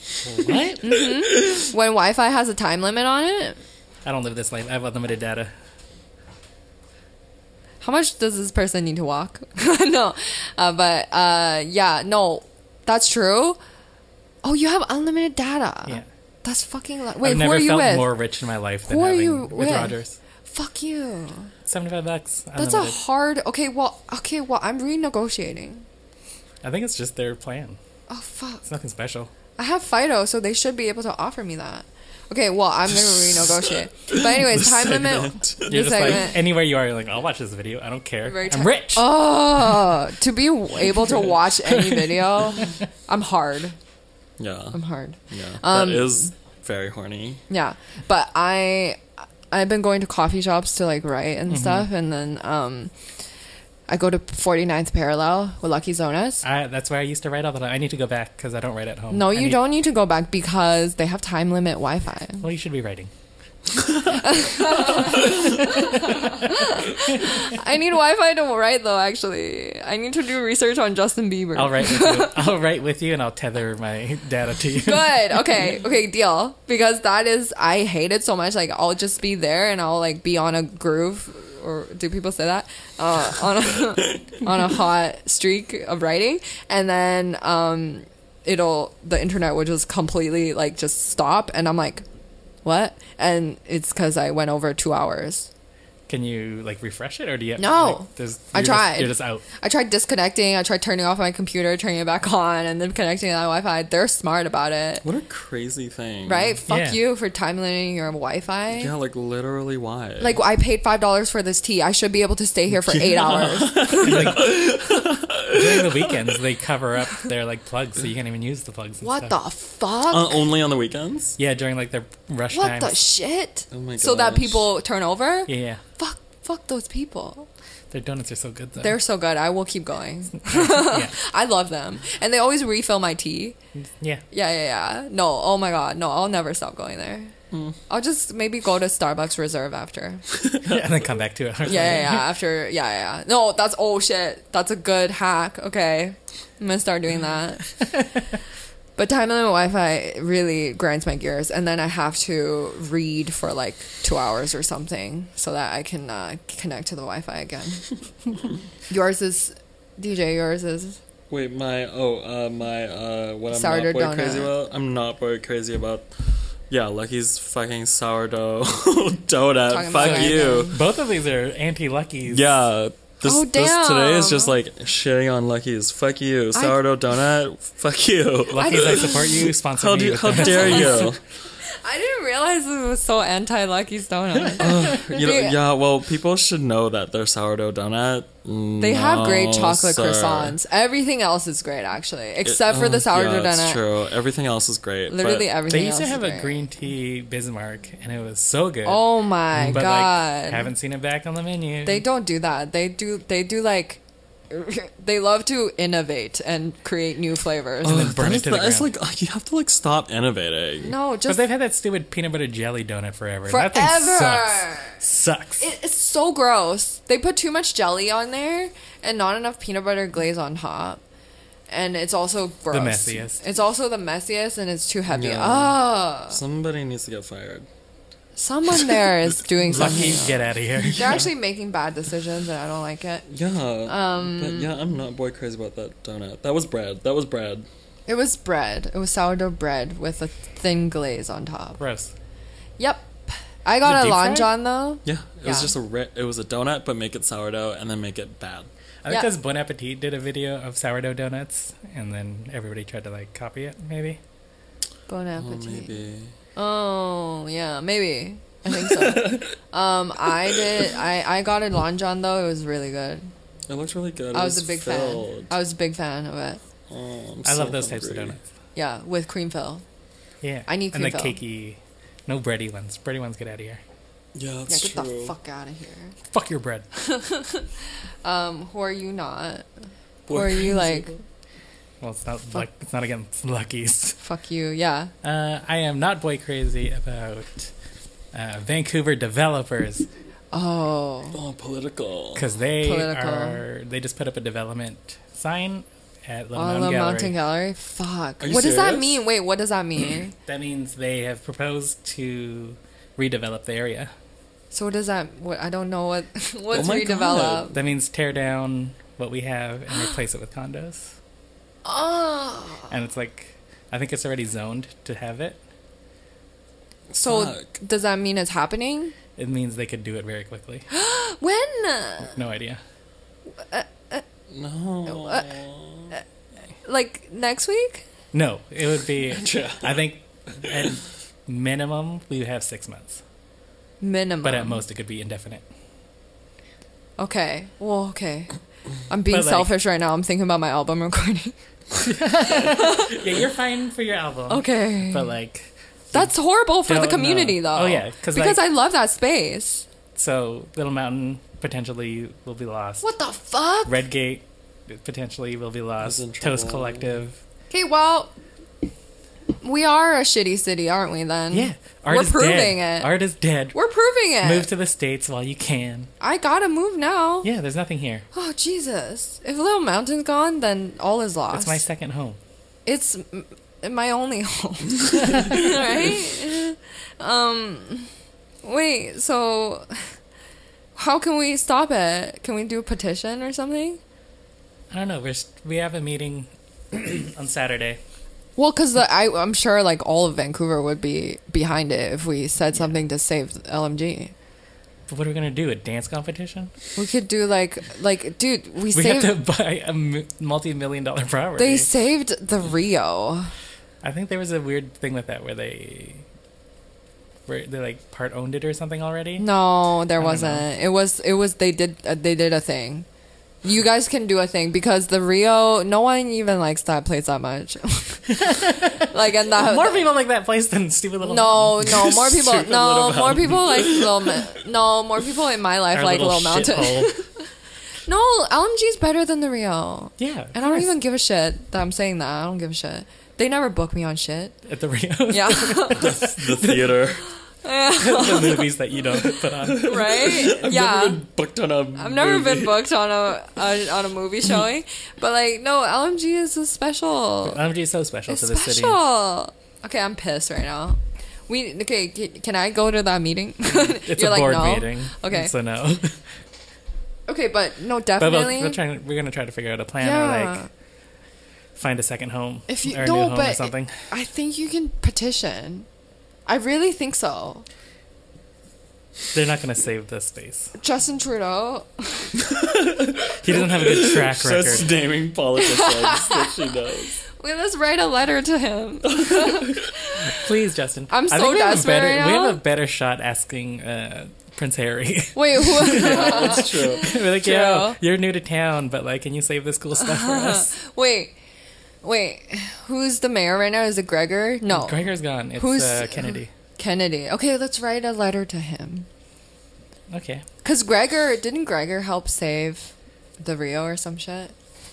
Mm-hmm. What? When Wi-Fi has a time limit on it, I don't live this life. I have unlimited data. how much does this person need to walk? no, uh, but uh, yeah, no, that's true. Oh, you have unlimited data. Yeah. That's fucking. Li- Uh, Wait, I've who never are you felt with? more rich in my life than Who are having you with, with? Rogers. Fuck you. Seventy-five bucks. That's a unlimited. hard. Okay, well, okay, well, I'm renegotiating. I think it's just their plan. Oh fuck. It's nothing special. I have Fido, so they should be able to offer me that. Okay, well, I'm gonna renegotiate. But anyways, time segment. limit. You're the just like segment. anywhere you are. You're like, I'll watch this video. I don't care. Very I'm ti- rich. Oh, to be able to watch any video, I'm hard. Yeah. I'm hard. Yeah. Um, that is very horny. Yeah, but I I've been going to coffee shops to like write Mm-hmm. and stuff, and then um, I go to 49th Parallel with Lucky Zonas. I, that's where I used to write all the time. I need to go back because I don't write at home. No, Oh, I you need- don't need to go back because they have time limit Wi-Fi. Well, you should be writing. I need Wi-Fi to write though. Actually, I need to do research on Justin Bieber. I'll write. With you. I'll write with you, and I'll tether my data to you. Good. Okay. Okay. Deal. Because that is, I hate it so much. Like, I'll just be there and I'll like be on a groove, or do people say that? Uh, on a on a hot streak of writing, and then um, it'll the internet will just completely like just stop, and I'm like, what? And it's because I went over two hours. Can you like refresh it, or do you? Have, No. like, there's- I you're just- tried. you're just out. I tried disconnecting. I tried turning off my computer, turning it back on, and then connecting to that Wi-Fi. They're smart about it. What a crazy thing. Right? Fuck Yeah. you for time limiting your Wi-Fi. Yeah, like literally why? Like I paid five dollars for this tea. I should be able to stay here for eight hours. During the weekends, they cover up their like plugs, so you can't even use the plugs. And What stuff. the fuck? uh, only on the weekends? Yeah, during like their rush what times. the shit? Oh my so that gosh. people turn over? yeah, yeah, Fuck, fuck those people. their donuts are so good though. They're so good. I will keep going. yeah, I love them, and they always refill my tea. yeah. Yeah, yeah, yeah. No, oh my god, no, I'll never stop going there. Mm. I'll just maybe go to Starbucks Reserve after. and then come back to it. Yeah, yeah, yeah. After, yeah, yeah, yeah. No, that's oh shit. That's a good hack. Okay, I'm gonna start Mm. doing that. but time limit Wi-Fi really grinds my gears, and then I have to read for like two hours or something so that I can uh, connect to the Wi-Fi again. yours is DJ. Yours is Wait, my oh, uh, my uh, what I'm Sourdough not boy crazy donut. about? I'm not boy crazy about. Yeah, Lucky's fucking sourdough donut. Talking about Fuck sourdough. you. Both of these are anti-luckies. Yeah. This, Oh, this today is damn. just like shitting on Lucky's. Fuck you, sourdough donut. Fuck you. luckies. I, support you. Sponsor How me. do you, with how donuts. dare you? I didn't realize it was so anti Lucky Stone. You know, yeah, well, people should know that they're sourdough donut. They have great No, chocolate sir. croissants. Everything else is great, actually, except for Oh, the sourdough yeah, donut. That's true. Everything else is great. but- Literally everything. They used to else is have a great. green tea Bismarck, and it was so good. Oh my but god! like, haven't seen it back on the menu. they don't do that. They do. They do like. They love to innovate and create new flavors. and then That burn it is to the- the it's ground. like ugh, you have to like stop innovating. no, but just they've had that stupid peanut butter jelly donut forever. and That thing forever. sucks. Sucks. It- It's so gross. They put too much jelly on there and not enough peanut butter glaze on top. And it's also gross. messiest. It's also the messiest, and it's too heavy. Yeah. Ah, Somebody needs to get fired. someone there is doing Lucky, something. get out of here. They're actually making bad decisions, and I don't like it. Yeah. Um, but yeah, I'm not boy crazy about that donut. That was bread. That was bread. It was bread. It was sourdough bread with a thin glaze on top. Gross. Yep. I got The a deep long fried? john though. Yeah, it was Yeah. just a re- it was a donut, but make it sourdough and then make it bad. I think Yeah. because Bon Appetit did a video of sourdough donuts, and then everybody tried to like copy it. Maybe Bon Well, appetit. Oh, maybe. Oh, yeah, maybe. I think so. um, I did. I I got a long john though. It was really good. It looked really good. It I was a big fan. filled. I was a big fan of it. Oh, I'm I so love those types of hungry. donuts. Yeah, with cream fill. Yeah, I need and the cream fill. cakey, no bready ones. Bready ones, get out of here. Yeah, Yeah, that's get true. the fuck out of here. Fuck your bread. Um, who are you not? Who Boy are crazy. you like? Well, it's not like it's not against Lucky's. Fuck you. Yeah. Uh, I am not boy crazy about uh, Vancouver developers. Oh. Oh, political. because they Political. are they just put up a development sign at La On Mountain the Gallery. mountain gallery. Fuck. Are you What does that serious? mean? Wait, what does that mean? That means they have proposed to redevelop the area. So what does that? What I don't know what what's Oh my redeveloped. That means tear down what we have and replace it with condos. Oh, And it's like, I think it's already zoned to have it. so Uh. Fuck. does that mean it's happening? It means they could do it very quickly. When? No idea. No. Like next week? No, it would be. Yeah. I think at minimum we have six months, Minimum. but um, at most it could be indefinite. Okay. Well, okay. I'm being But, like- selfish right now. I'm thinking about my album recording. Yeah, you're fine for your album. Okay. But like, That's horrible for the Don't community, know. though. Oh, yeah, 'cause, because like- I love that space. so Little Mountain potentially will be lost. What the fuck? Redgate potentially will be lost. in Toast trouble. Collective. Okay, well, we are a shitty city, aren't we? Then. Yeah, art We're is proving dead. it. Art is dead. We're proving it. Move to the states while you can. I gotta move now. Yeah, there's nothing here. Oh Jesus! If Little Mountain's gone, then all is lost. It's my second home. it's m- my only home, right? Um, wait. So, how can we stop it? Can we do a petition or something? I don't know. We're st- we have a meeting on Saturday. Well, because I I'm sure like all of Vancouver would be behind it if we said something to save LMG. But what are we gonna do? A dance competition? We could do like like dude, we, We saved have to buy a m- multi-million dollar property. they saved the Rio. I think there was a weird thing with that where they where they like part owned it or something already. No, there don't wasn't. It was it was they did uh, they did a thing. You guys can do a thing because the Rio, no one even likes that place that much. like and Oh, that More people like that place than stupid little No, no, more people. Stupid No, Little more Mountain. people like little. Ma- no, more people in my life Our like Little, Mountain. shithole. no, LMG is better than the Rio, yeah, of and I don't course. even give a shit that I'm saying that. I don't give a shit. They never book me on shit. at the Rio Yeah, the theater. the movies that you don't put on. right. I've yeah, never been booked on a. I've never been booked on a, a on a movie showing, but like no, LMG is a special. LMG is so special It's to the city. special. Okay, I'm pissed right now. We okay? ca- Can I go to that meeting? It's You're a like, board no. meeting. Okay. so no. Okay, but no, but we'll, definitely. we're trying. We're gonna try to figure out a plan or Yeah. like find a second home if you or a no, new home but or something. I think you can petition. I really think so. They're not gonna save this space. Justin Trudeau. He doesn't have a good track record. Just naming politicians that she knows. We let's write a letter to him. Please, Justin. I'm I think so we have a desperate better- right We have now. a better shot asking uh, Prince Harry. Wait, who, That's true. We're like, yo, True. you're new to town, but like, can you save this cool stuff for us? wait, wait. Who's the mayor right now? Is it Gregor? No, Gregor's gone. It's Oh. Who's- uh, Kennedy. Kennedy. Okay, let's write a letter to him. Okay. Cause Gregor didn't Gregor help save the Rio or some shit,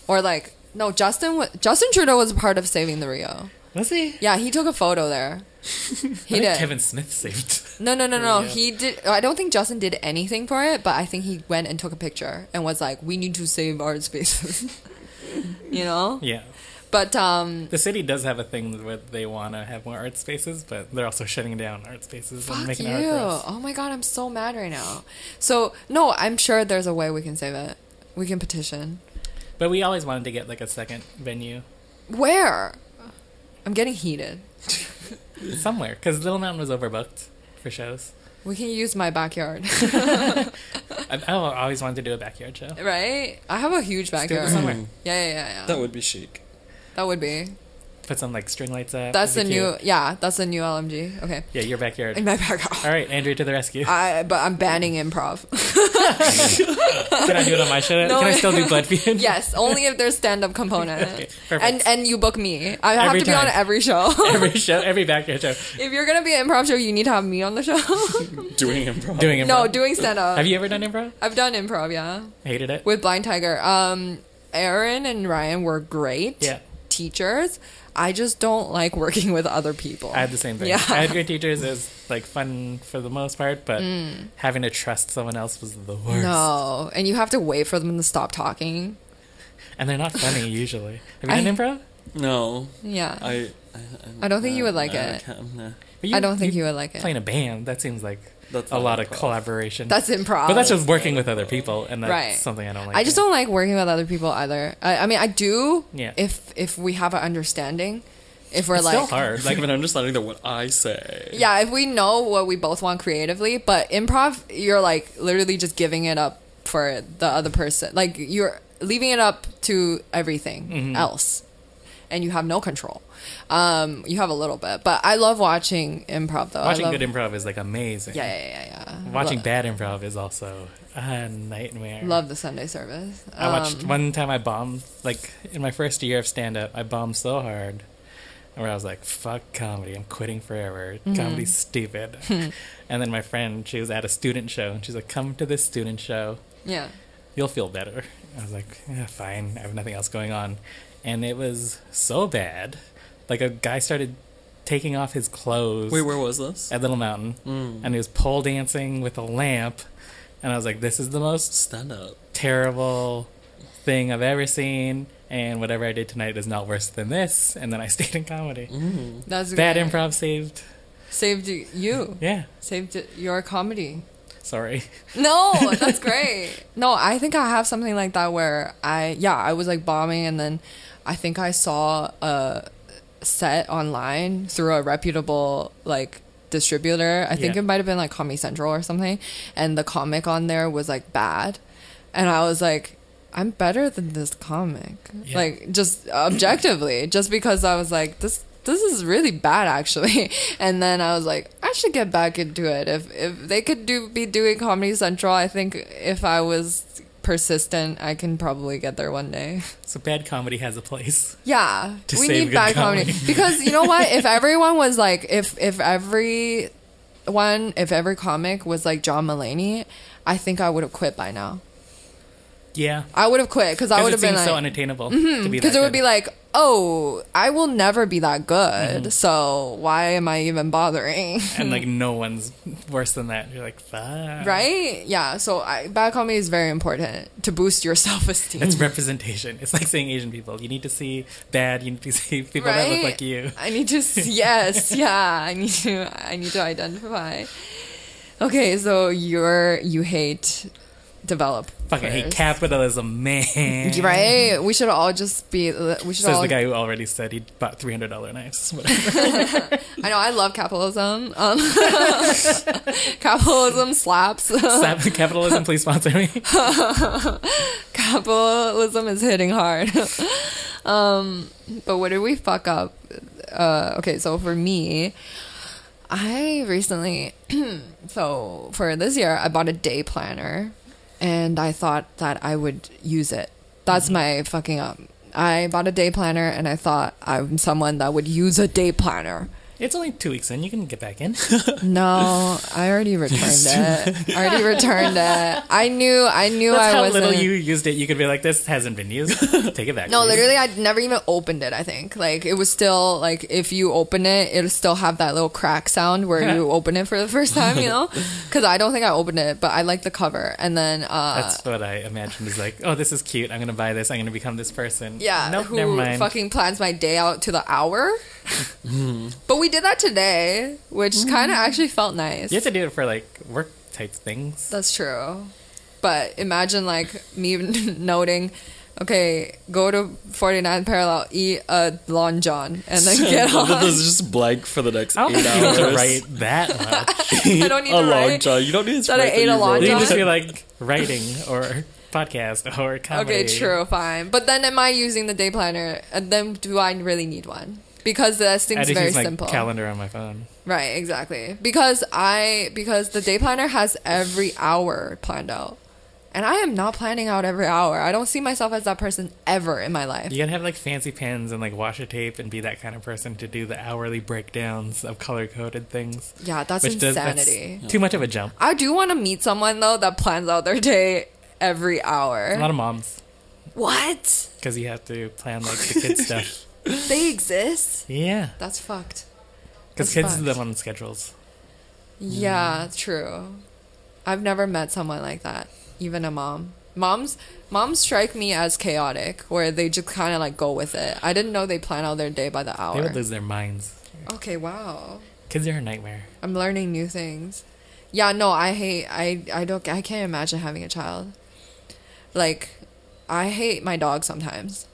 or like no Justin wa Justin Trudeau was a part of saving the Rio. Was he? Yeah, he took a photo there. He I think did. Kevin Smith saved. No, no, no, no. Oh, Yeah. He did. I don't think Justin did anything for it, but I think he went and took a picture and was like, "We need to save our spaces," you know. Yeah. But um, The city does have a thing where they want to have more art spaces, but they're also shutting down art spaces and fuck making you! it hard for us. Oh my god, I'm so mad right now. So no, I'm sure there's a way we can save it. We can petition. But we always wanted to get like a second venue Where? I'm getting heated. somewhere because Little Mountain was overbooked for shows. We can use my backyard, I, I always wanted to do a backyard show. right? I have a huge Let's do it backyard. Yeah, somewhere. yeah, yeah, yeah. That would be chic. That would be. Put some like string lights up. That's the It'd be new. cute. Yeah, that's the new LMG. Okay, Yeah, your backyard. in my backyard. All right, Andrew to the rescue. I but I'm banning improv. Can I do it on my show? No. Can I still do Bloodfiend? Yes, only if there's stand up component. Okay, perfect. and and you book me. I have Every to be on time. every show. every show, every backyard show, if you're gonna be an improv show, you need to have me on the show. Doing improv. doing improv. no, doing stand up. Have you ever done improv? I've done improv, yeah, Hated it. with Blind Tiger. Um, Aaron and Ryan were great Yeah. teachers. I just don't like working with other people. I had the same thing. Yeah. I had great teachers. It was like fun for the most part, but having to trust someone else was the worst. Mm. no, and you have to wait for them to stop talking. And they're not funny usually. Have you I- done improv? No, Yeah, I, I. I, don't think you would I like it. can't, no. But don't think you would like it. Playing a band that seems like That's a not lot of improv. collaboration. That's improv. but that's just working with other people, and that's Right. something I don't like. I just don't like working with other people either. I, I mean, I do. Yeah. If if we have an understanding, if we're It's like still hard. It's like Like an understanding that what I say. yeah, if we know what we both want creatively, but improv, you're like literally just giving it up for the other person. Like you're leaving it up to everything Mm-hmm. else, and you have no control. Um, you have a little bit, but I love watching improv though. I watching love- good improv is like amazing. Yeah, yeah, yeah, yeah. Watching Lo- bad improv is also a nightmare. Love the Sunday service. I watched Um, one time I bombed like in my first year of stand up, I bombed so hard where I was like, fuck comedy, I'm quitting forever. Comedy's stupid. and then my friend, she was at a student show and she's like, Come to this student show. yeah. You'll feel better. I was like, yeah, fine, I have nothing else going on. And it was so bad. Like a guy started taking off his clothes Wait, where was this? at Little Mountain and he was pole dancing with a lamp and I was like, This is the most Stand up. terrible thing I've ever seen, and whatever I did tonight is not worse than this. And then I stayed in comedy. Mm. That's Bad great. improv saved. saved you. Yeah, Saved your comedy. sorry. No, that's great. No, I think I have something like that where I yeah, I was like bombing and then I think I saw a set online through a reputable like distributor. I think Yeah. it might have been like Comedy Central or something and the comic on there was like bad. And I was like I'm better than this comic. Yeah. Like just objectively, just because I was like this this is really bad actually and then i was like i should get back into it if if they could do be doing comedy central i think if i was persistent i can probably get there one day So bad comedy has a place. yeah To we save need good bad comedy. comedy. because you know what if everyone was like if if every one if every comic was like john mullaney i think i would have quit by now Yeah, i would have quit because i would because it have been seems like so unattainable to be because that it would good. be like oh i will never be that Mm-hmm. good so why am i even bothering and like no one's worse than that. You're like, fuck. hmm. right yeah so I, bad comedy is very important to boost your self-esteem It's representation. It's like seeing Asian people. You need to see bad. You need to see people that look Right? like you. i need to s- yes yeah i need to i need to identify okay so you're you hate develop Fucking hate first. capitalism, man. right we should all just be we should Says all the guy who already said he bought three hundred dollar knives. Whatever. i know i love capitalism um, capitalism slaps Slap- capitalism, please sponsor me. capitalism is hitting hard. um, but what did we fuck up? Uh, okay, so for me, I recently, so for this year, I bought a day planner, and I thought that I would use it. That's Mm-hmm. my fucking up. I bought a day planner, and I thought I'm someone that would use a day planner. It's only two weeks in. You can get back in. No, I already returned it. I already returned it. I knew, I knew That's I how wasn't. little you used it. You could be like, this hasn't been used. Take it back. No, please." literally, I never even opened it. I think like it was still like if you open it, it'll still have that little crack sound where you open it for the first time, you know? Because I don't think I opened it, but I like the cover. And then uh, That's what I imagined. Is like, oh, this is cute. I'm gonna buy this. I'm gonna become this person. yeah, Nope, who never mind. fucking plans my day out to the hour? Mm-hmm. but we did that today, which kind of actually felt nice. You have to do it for like work type things. That's true. But imagine like me noting, okay, go to 49 parallel, eat a long john, and then get on. this is just blank for the next I don't eight think you need hours. to write that much. I don't need a to long write. john. You don't need to That I write ate a you long wrote. you can john. just be like writing or podcast or comedy. Okay, true, fine. But then am I using the day planner? And then do I really need one? Because this I thing's just very use my simple. calendar on my phone. Right, exactly. Because I because the day planner has every hour planned out. And I am not planning out every hour. I don't see myself as that person ever in my life. You gotta have like fancy pens and like washer tape and be that kind of person to do the hourly breakdowns of color coded things. Yeah, that's does- that's insanity. too much of a jump. I do want to meet someone though that plans out their day every A hour. lot of moms. What? because you have to plan like the kid stuff. They exist? Yeah, That's fucked. because That's kids fucked. are the one on schedules. Yeah, true. I've never met someone like that, even a mom. Moms moms strike me as chaotic where they just kind of like go with it. I didn't know they plan out their day by the They hour. would lose their minds. okay, wow. Kids are a nightmare. I'm learning new things. Yeah, no, I hate. I I don't. I can't imagine having a child. Like, I hate my dog sometimes.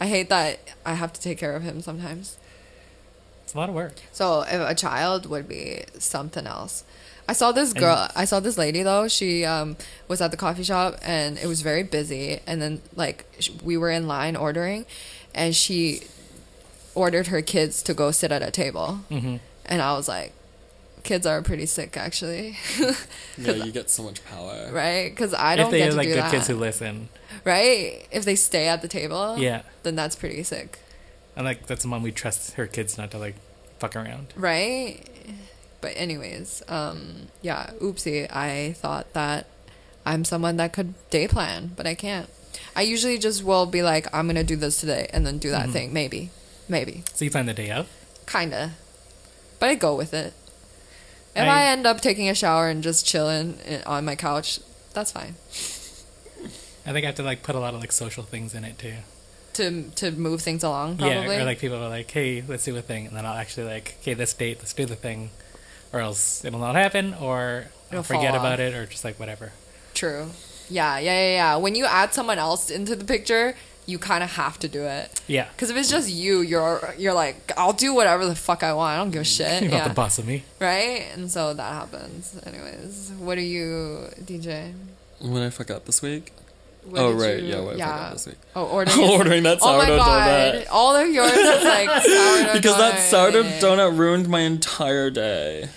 I hate that I have to take care of him sometimes. It's a lot of work. So if a child would be something else. I saw this girl. I saw this lady though. She um, was at the coffee shop and it was very busy. And then like sh- we were in line ordering, and she ordered her kids to go sit at a table. Mm-hmm. And I was like, kids are pretty sick actually, Yeah, you get so much power. right? Because I If don't they get are to like do good that, Oh. kids who listen, right? If they stay at the table, Yeah. then that's pretty sick, and like that's a mom we trust her kids not to like fuck around. right? But anyways, um, yeah. Oopsie, I thought that I'm someone that could day plan, but I can't. I usually just will be like, I'm gonna do this today, and then do Mm-hmm. that thing. Maybe, maybe, So you plan the day out. kinda. But I go with it. If I- I end up taking a shower and just chilling i- on my couch, that's fine. I think I have to like put a lot of like social things in it too. to to move things along probably Yeah, or like people are like, "Hey, let's do a thing," and then I'll actually like, "Okay, this date, let's do the thing," or else it'll not happen, or I'll It'll forget fall about off. it, or just like whatever. true yeah yeah yeah yeah when you add someone else into the picture you kind of have to do it Yeah, because if it's just you you're you're like i'll do whatever the fuck i want i don't give a shit you're not yeah the boss of me. right and so that happens anyways what are you dj When I fuck up this week, What Oh, did right, you- yeah, what I forgot this week. Oh, ordering, is- Ordering that sourdough oh my God. Oh donut. All of yours is like sourdough because that donut. sourdough donut ruined my entire day.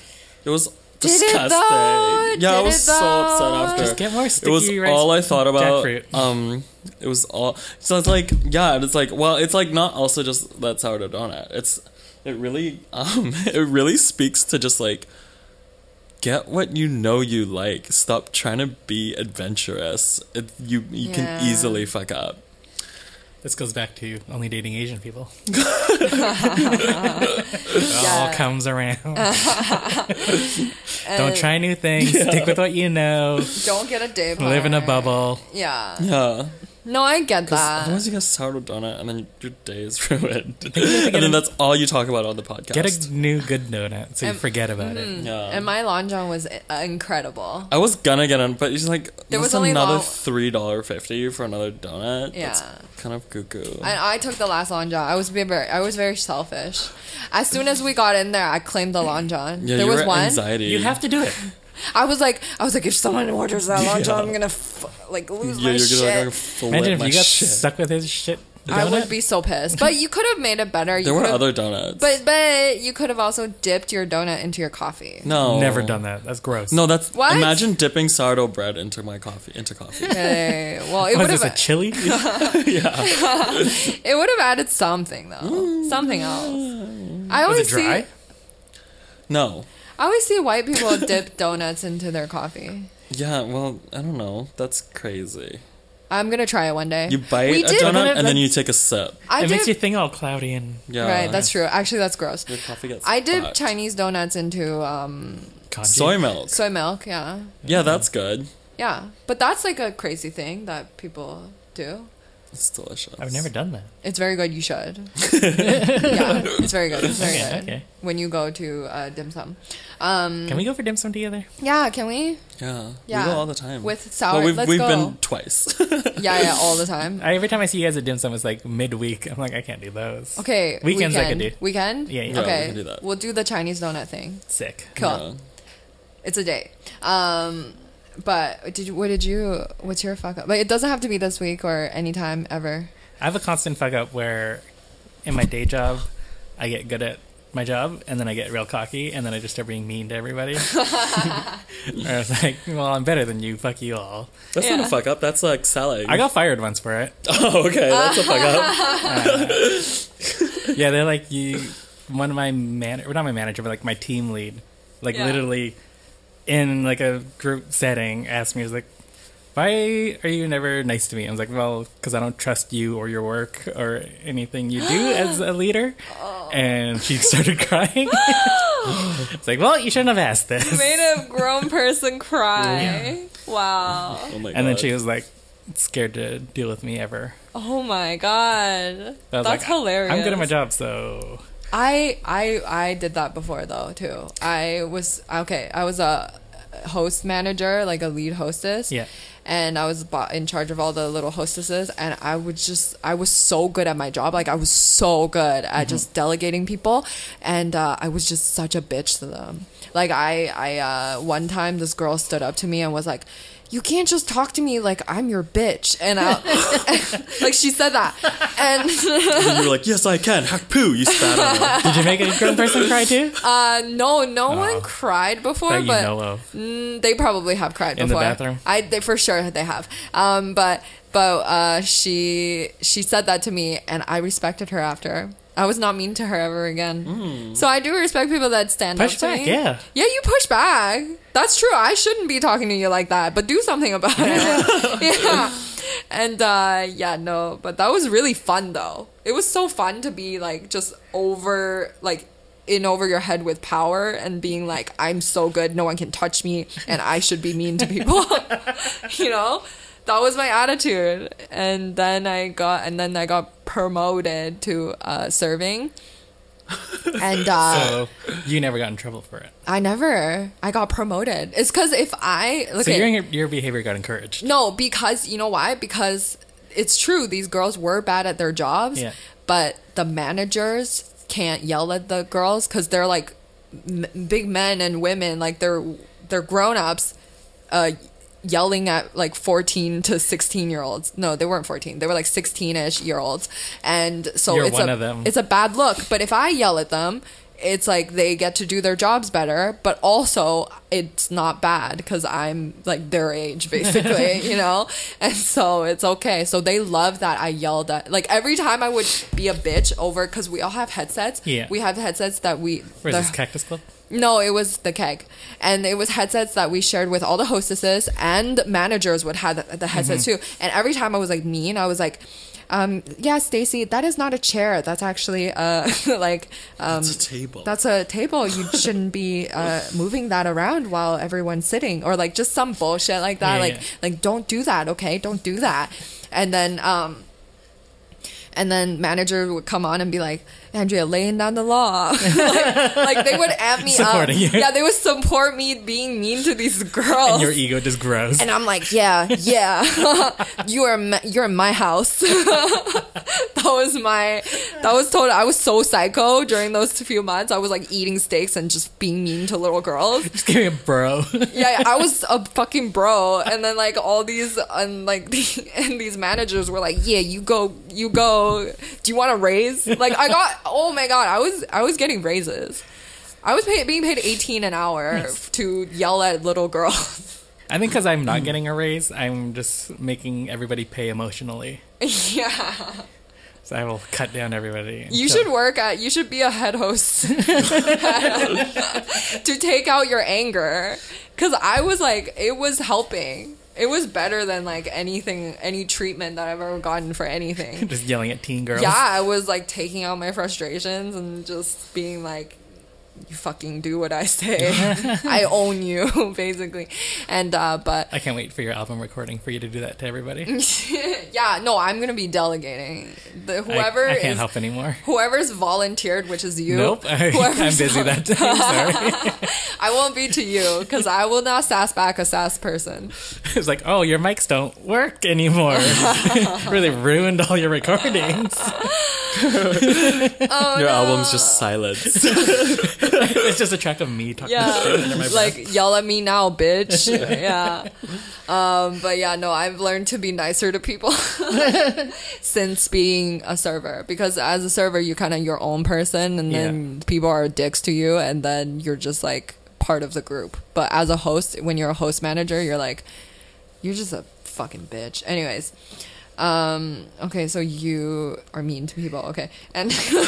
It was Did it disgusting. though? Yeah, I Did was it so upset though? after. Just get more Uh, it was sticky rice all I thought about. jackfruit. Um, it was all. So it's like, yeah, and it's like, well, it's like not also just that sourdough donut. It's it really, um, it really speaks to just like. Get what you know you like. Stop trying to be adventurous. It, you you can Yeah. easily fuck up. This goes back to only dating Asian people. It all Yeah. comes around. And Don't try new things. Stick with what you know. Don't get a day. Live in a planner. bubble. Yeah. Yeah. No, I get that. Otherwise, you get sourdough donut, and then your day is ruined. and get then an- that's all you talk about on the podcast. Get a new good donut so you Um, forget about it. yeah. and my long john was i- incredible. I was gonna get on, but it's like There there was was only another long- three dollar fifty for another donut. Yeah. That's kind of goo goo. And I took the last long john. I was be- very, I was very selfish. As soon as we got in there, I claimed the long john. Yeah, there you was were one. anxiety. You have to do it. I was like, I was like, if someone orders that long john, I'm gonna f- like Yeah, lose you're my gonna shit. like, flip Imagine if my you got shit. stuck with his shit. I donut. would be so pissed. But you could have made it better. You There were could've- other donuts. But but you could have also dipped your donut into your coffee. no, Never done that. That's gross. No, that's What? imagine dipping sourdough bread into my coffee into coffee. Okay, well, it What would is have this, a chili? it would have added something though, Mm. something else. I always Was it dry? see no. I always see white people dip donuts into their coffee. Yeah, well, I don't know. That's crazy. I'm gonna try it one day. You bite We a did- donut and But then that- you take a sip. I it did. makes you think all cloudy and Yeah, Right, that's true. Actually, that's gross. your coffee gets. I did fucked. Chinese donuts into um, congee. soy milk. soy milk. Yeah, Yeah, that's good. yeah. But that's like a crazy thing that people do. It's delicious. I've never done that. It's very good. You should. yeah, it's very good. It's very Okay, good. okay. When you go to uh, dim sum, um, Can we go for dim sum together? yeah, can we? Yeah, Yeah. we go all the time With sour- Well, we've let's we've go. been twice. Yeah, yeah, all the time. I, every time I see you guys at dim sum, it's like midweek. I'm like, I can't do those. Okay, Weekends I weekend. could do. Weekend. Yeah, yeah. Yeah, we Okay, can do that. we'll do the Chinese donut thing. Sick. Cool. Yeah. It's a date. Um, but did you, what did you? What's your fuck up? Like it doesn't have to be this week or anytime ever. I have a constant fuck up where, in my day job, I get good at my job, and then I get real cocky, and then I just start being mean to everybody. or I was like, well, I'm better than you. Fuck you all. That's not a fuck up. That's like selling. I got fired once for it. oh, okay. That's a fuck up. Yeah, they're like you. One of my man, or not my manager, but like my team lead, like Yeah. literally in like a group setting, asked me, "Is like, why are you never nice to me?" I was like, "Well, because I don't trust you or your work or anything you do as a leader." Oh. And she started crying. it's like, well, you shouldn't have asked this. Made a grown person cry. Wow. Oh my god. And then she was like, scared to deal with me ever. Oh my god. I was That's like, hilarious. I'm good at my job, so I I I did that before though too. I was okay. I was a host manager, like a lead hostess. Yeah. And I was bo- in charge of all the little hostesses, and I would just, I was so good at my job. Like, I was so good at just delegating people, and uh, I was just such a bitch to them. Like, I, I, uh, one time this girl stood up to me and was like, you can't just talk to me like I'm your bitch. And I, like, she said that. And And you were like, yes, I can. Hack poo. You spat on her. Did you make a grown person cry too? Uh, no, no one cried before, Oh. That you but know of. Mm, they probably have cried In the before. bathroom? I they for sure they have. Um, but but uh, she she said that to me, and I respected her after. I was not mean to her ever again. Hmm. So I do respect people that stand Push up to back, me. yeah. yeah, you push back. That's true. I shouldn't be talking to you like that, but do something about it. yeah. And uh, yeah, no, but that was really fun though. It was so fun to be like just over like in over your head with power and being like, I'm so good, no one can touch me, and I should be mean to people. you know, that was my attitude. And then I got, and then I got promoted to uh, serving, and uh, So you never got in trouble for it. I never, I got promoted. It's because if I, okay, So your your behavior got encouraged. no, because you know why? Because it's true. These girls were bad at their jobs, Yeah. but the managers can't yell at the girls because they're like m- big men and women. Like they're they're grown ups, uh, yelling at like fourteen to sixteen year olds. No, they weren't fourteen. They were like sixteen ish year olds, and so You're it's one a of them. it's a bad look. But if I yell at them. It's like they get to do their jobs better, but also it's not bad because I'm like their age, basically, you know? And so it's okay. So they love that I yelled at, like, every time I would be a bitch over, because we all have headsets. Yeah. We have headsets that we. Where's the- this cactus club? no, it was the keg. And it was headsets that we shared with all the hostesses and managers would have the, the headsets too. And every time I was like mean, I was like, um, yeah, Stacy, that is not a chair. That's actually uh, like um, It's a table. that's a table. You shouldn't be uh, moving that around while everyone's sitting, or like just some bullshit like that. Yeah, like yeah. like don't do that, okay? Don't do that. And then um, and then manager would come on and be like, Andrea, laying down the law. like, like, they would amp me Supporting you. up. Yeah, they would support me being mean to these girls. And your ego just grows. Oh. And I'm like, yeah, yeah, you are my, you're in my house. that was my, that was total. I was so psycho during those few months. I was like eating steaks and just being mean to little girls. Just give me a bro. Yeah, yeah, I was a fucking bro. And then like all these and like the, and these managers were like, yeah, you go, you go. Do you want a raise? Like I got, oh my god, I was I was getting raises. I was paid, being paid 18 an hour to yell at little girls. I think because I'm Mm. not getting a raise, I'm just making everybody pay emotionally. yeah. So I will cut down everybody. You until- should work at. You should be a head host to take out your anger. Because I was like, it was helping. It was better than like anything, any treatment that I've ever gotten for anything. just yelling at teen girls. yeah, I was like taking out my frustrations and just being like, you fucking do what I say. I own you, basically. And uh, but I can't wait for your album recording for you to do that to Mm, everybody. yeah, no, I'm gonna be delegating. The, whoever I, I can't is help anymore. whoever's volunteered, which is you. Nope, I, am whoever's busy that day. Sorry. I won't be to you because I will not sass back a sass person. It's like, oh, your mics don't work anymore. really ruined all your recordings. Oh, Your album's just silence. it's just a track of me talking shit under my Yeah, breath. like yell at me now, bitch. yeah. Um, but yeah, no, I've learned to be nicer to people since being a server because as a server, you're kind of your own person, and then people are dicks to you, and then you're just like part of the group. But as a host, when you're a host manager, you're like, you're just a fucking bitch. Anyways. Um, okay, so you are mean to people. Okay. And Final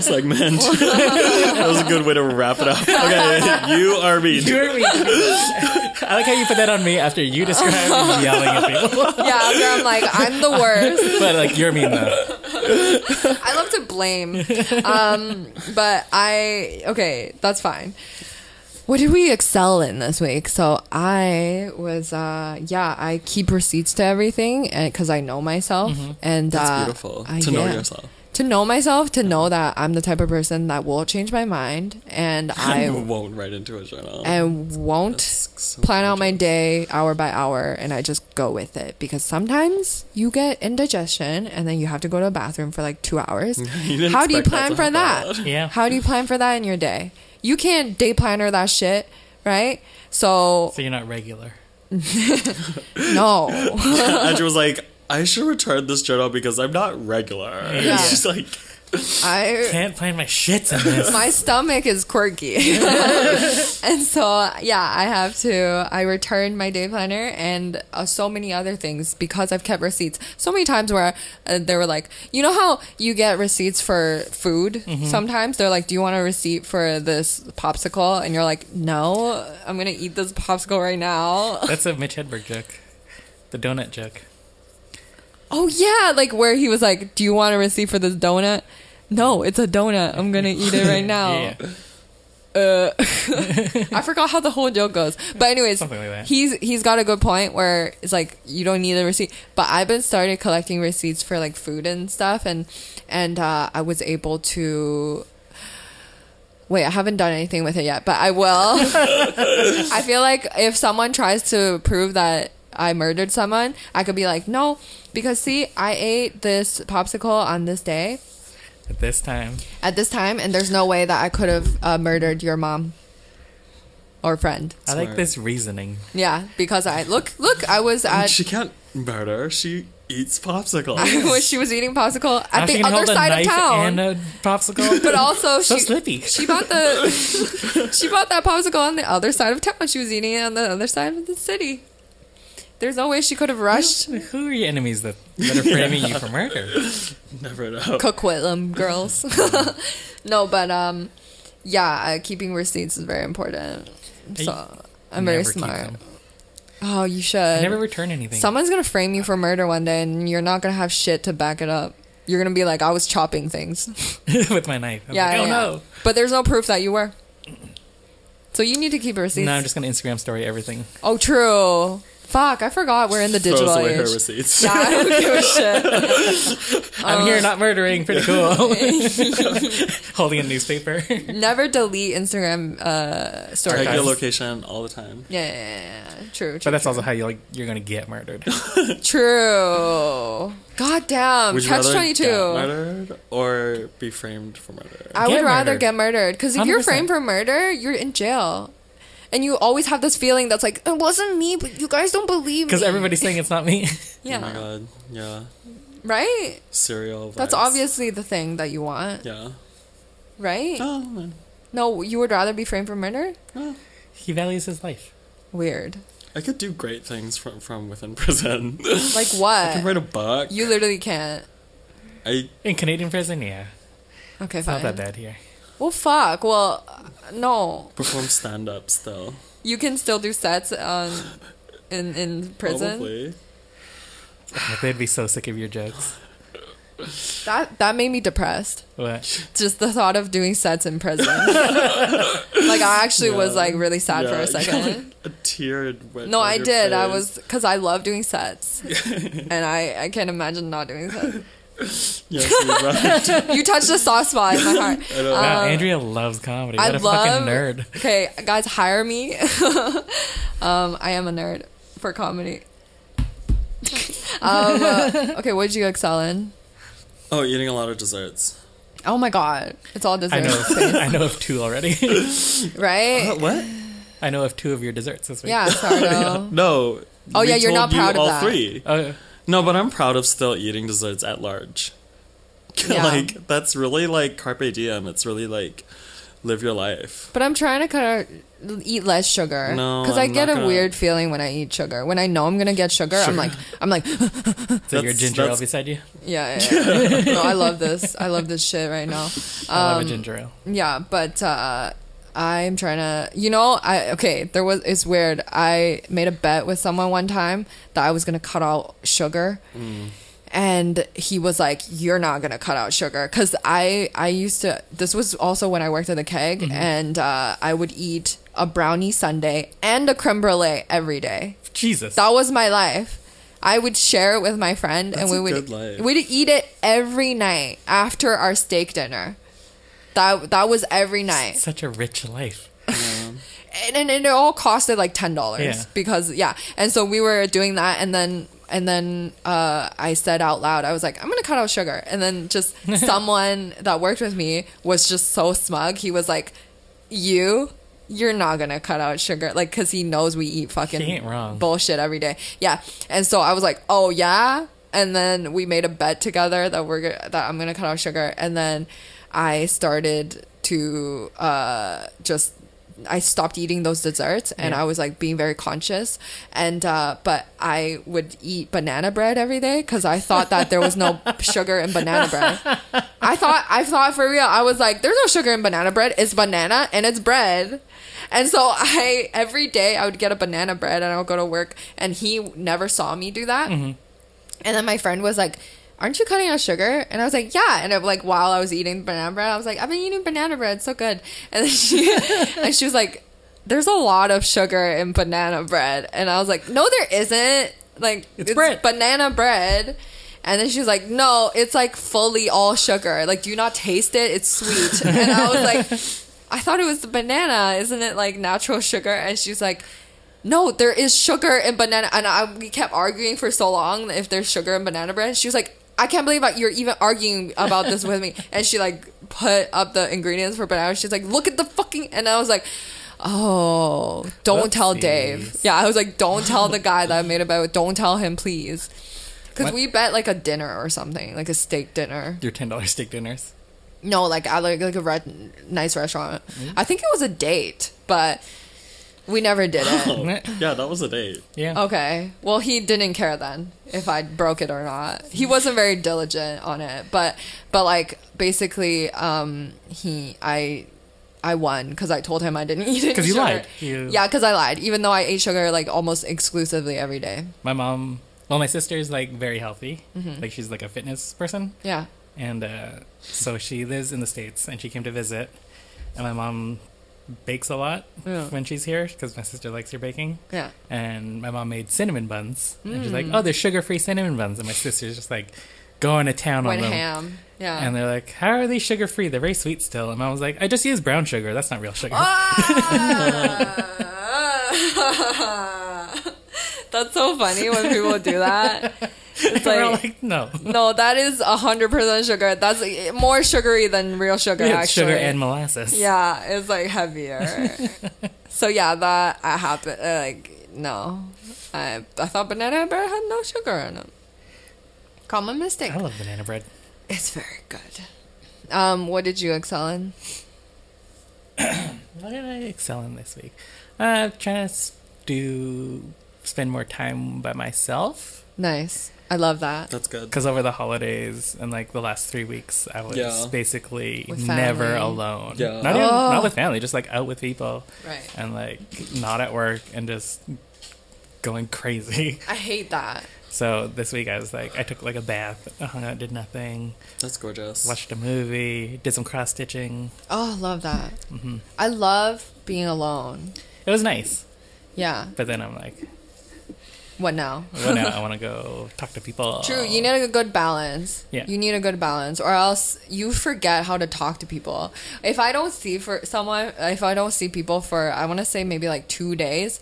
segment. that was a good way to wrap it up. Okay, you are mean. You were mean. I like how you put that on me after you described me yelling at people. yeah, after I'm like, I'm the worst. But like, you're mean though. I love to blame. Um, but I okay, that's fine. What did we excel in this week? So I was, uh, yeah, I keep receipts to everything, and because eh, I know myself, and Mm-hmm. That's uh, beautiful. I- to know yeah. yourself. To to know myself, to know that I'm the type of person that will change my mind and I I won't write into a journal. and won't That's so plan out my day hour by hour and I just go with it because sometimes you get indigestion and then you have to go to a bathroom for like 2 hours. You didn't How do you expect plan to for help that? out. Yeah. How do you plan for that in your day? You can't day planner that shit, right? So So you're not regular. no. Andrew was like, I should return this journal because I'm not regular. Yeah. She's like, I Can't plan my shits in this. my stomach is quirky. and so, yeah, I have to, I returned my day planner and uh, so many other things because I've kept receipts. So many times where uh, they were like, you know how you get receipts for food sometimes? They're like, do you want a receipt for this popsicle? And you're like, no, I'm going to eat this popsicle right now. That's a Mitch Hedberg joke. The donut joke. Oh, yeah. Like where he was like, do you want a receipt for this donut? No, it's a donut. I'm going to eat it right now. Yeah. uh, I forgot how the whole joke goes. But anyways, Something like that. he's he's got a good point where it's like you don't need a receipt. But I've been started collecting receipts for like food and stuff, and and uh, I was able to. Wait, I haven't done anything with it yet, but I will. I feel like if someone tries to prove that I murdered someone, I could be like, no, because see, I ate this popsicle on this day At this time. at this time, and there's no way that I could have uh, murdered your mom or friend. I like Smart. this reasoning. Yeah, because I look, look, I was at. she can't murder. She eats popsicles. I was she was eating popsicle How at she the can other hold a side knife of town. And a popsicle. but also so she slippy. she bought the she bought that popsicle on the other side of town. She was eating it on the other side of the city. There's no way she could have rushed. Who are your enemies that, that are framing you for murder? Never know. Cook with them, girls. no, but um, yeah, uh, keeping receipts is very important. I So I'm very Never keep smart. them. Oh, you should. I never return anything. Someone's gonna frame you for murder one day, and you're not gonna have shit to back it up. You're gonna be like, I was chopping things. with my knife. I'm yeah, like, yeah, oh yeah. no. But there's no proof that you were. So you need to keep a receipt. No, I'm just gonna Instagram story everything. oh, true. Fuck, I forgot we're in the Throws digital away her age. receipts. Yeah, I don't give a shit. I'm Uh, here, not murdering. Pretty cool. Holding a newspaper. Never delete Instagram uh, stories. Check Yeah, your location all the time. yeah, yeah, yeah. True, But true, that's also how you like you're gonna get murdered. true. God damn, Would you Um, catch rather twenty two. get murdered or be framed for murder? I would Get rather murdered. get murdered because if you're 100%. framed for murder, you're in jail, and you always have this feeling that's like it wasn't me, but you guys don't believe me Because everybody's saying it's not me. Oh my yeah, god. Yeah. right. Serial. That's vibes. obviously the thing that you want, Yeah. right? Oh, man. No, you would rather be framed for murder. Oh. He values his life. Weird. I could do great things from from within prison. Like I could what? write a book. You literally can't. I In Canadian prison, yeah. Okay, It's not fine. that bad here. Well, fuck. Well, uh, no. perform stand up still. You can still do sets on in in prison. Probably. Like, they'd be so sick of your jokes. That that made me depressed. What? just the thought of doing sets in prison. like I actually was like really sad for Yeah, a second. A tear went No, down I your did. I face. was because I love doing sets, and I I can't imagine not doing sets. Yes, you're right. You touched a soft spot in my heart. I don't Wow, Andrea loves comedy. Uh, I What a love- fucking nerd. Okay, guys, hire me. um, I am a nerd for comedy. um, uh, okay, what did you excel in? Oh, eating a lot of desserts. Oh my god, it's all I dessert, know. I know of two already. Uh, right? what? I know of two of your desserts this week. Yeah, sourdough. No. Oh, we yeah, you're told not proud you of all that. three. Oh, No, but I'm proud of still eating desserts at large. Yeah. like that's really like carpe diem. It's really like live your life. But I'm trying to kind of eat less sugar. No, because I I'm get not a gonna- weird feeling when I eat sugar. When I know I'm gonna get sugar, I'm like, I'm like, yeah, so your That's- ginger ale that's- beside you? yeah, yeah. no, I love this. I love this shit right now. I um, love a ginger ale. Yeah, but uh, I'm trying to, you know, I okay. There was it's weird. I made a bet with someone one time that I was gonna cut out sugar. And he was like, "You're not gonna cut out sugar," because I I used to. This was also when I worked at the keg, and uh, I would eat a brownie sundae and a creme brulee every day. Jesus. That was my life. I would share it with my friend, That's and we a would good life. we'd eat it every night after our steak dinner. That that was every night, Such a rich life. and, and, and it all costed like ten dollars Yeah. because yeah. And so we were doing that, and then and then uh, I said out loud, I was like, I'm gonna cut out sugar, and then just someone that worked with me was just so smug. He was like, you. You're not gonna cut out sugar, like, cause he knows we eat fucking He ain't wrong. bullshit every day. Yeah. And so I was like, oh yeah. And then we made a bet together that we're go- that I'm gonna cut out sugar. And then I started to uh, just I stopped eating those desserts and Yeah. I was like being very conscious. And uh, but I would eat banana bread every day because I thought that there was no sugar in banana bread. I thought I thought for real. I was like, there's no sugar in banana bread. It's banana and it's bread. And so I every day I would get a banana bread and I would go to work and he never saw me do that. And then my friend was like, Aren't you cutting out sugar? And I was like, Yeah. And it, like while I was eating banana bread, I was like, I've been eating banana bread, it's so good. And then she and she was like, There's a lot of sugar in banana bread. And I was like, No, there isn't. Like It's bread. banana bread. And then she was like, No, it's like fully all sugar. Like, do you not taste it? It's sweet. And I was like, I thought it was the banana. Isn't it like natural sugar? And she's like, no, there is sugar in banana. And I, we kept arguing for so long if there's sugar in banana bread. She was like, I can't believe that you're even arguing about this with me. And she like put up the ingredients for banana. She's like, look at the fucking. And I was like, oh, don't tell Dave. Whoopsies. Yeah, I was like, don't tell the guy that I made a bet with. Don't tell him, please. Because What- we bet like a dinner or something, like a steak dinner. Your ten dollars steak dinners. No, like at like, like a red, nice restaurant. Mm-hmm. I think it was a date, but we never did it. yeah, that was a date. Oh, Oh, Yeah. okay. Well, he didn't care then if I broke it or not. He wasn't very diligent on it, but but like basically, um, he I I won because I told him I didn't eat it. 'Cause you lied. You- Yeah, because I lied. Even though I ate sugar like almost exclusively every day. My mom. Well, my sister's like very healthy. Mm-hmm. Like she's like a fitness person. Yeah. and uh, so she lives in the states and she came to visit and my mom bakes a lot Yeah. when she's here because my sister likes her baking Yeah. Mm. and my mom made cinnamon buns and she's like oh they're sugar-free cinnamon buns and my sister's just like going to town Went on them ham. Yeah. and they're like how are they sugar-free they're very sweet still and mom was like i just use brown sugar that's not real sugar Oh, Ah! That's so funny when people do that. It's We're all like, like no no, that is hundred percent sugar. That's like, more sugary than real sugar. it's actually, sugar and molasses yeah, it's like heavier. so yeah, that I happen uh, like no, I I thought banana bread had no sugar in it. Common mistake. i love banana bread It's very good. Um, what did you excel in? What did I excel in this week? Uh, trying to s- do spend more time by myself Nice. I love that. That's good. because over the holidays and like the last three weeks, I was Yeah. basically With never family. alone. Yeah. Not even, Oh. not with family, just like out with people Right. and like not at work and just going crazy. I hate that. So this week I was like, I took like a bath, hung out, did nothing, That's gorgeous. watched a movie, did some cross stitching. Oh, love that. I love being alone. It was nice, Yeah. but then I'm like, What now? well, now I want to go talk to people. True. You need a good balance. Yeah. You need a good balance, or else you forget how to talk to people. If I don't see for someone, if I don't see people for, I want to say maybe like two days,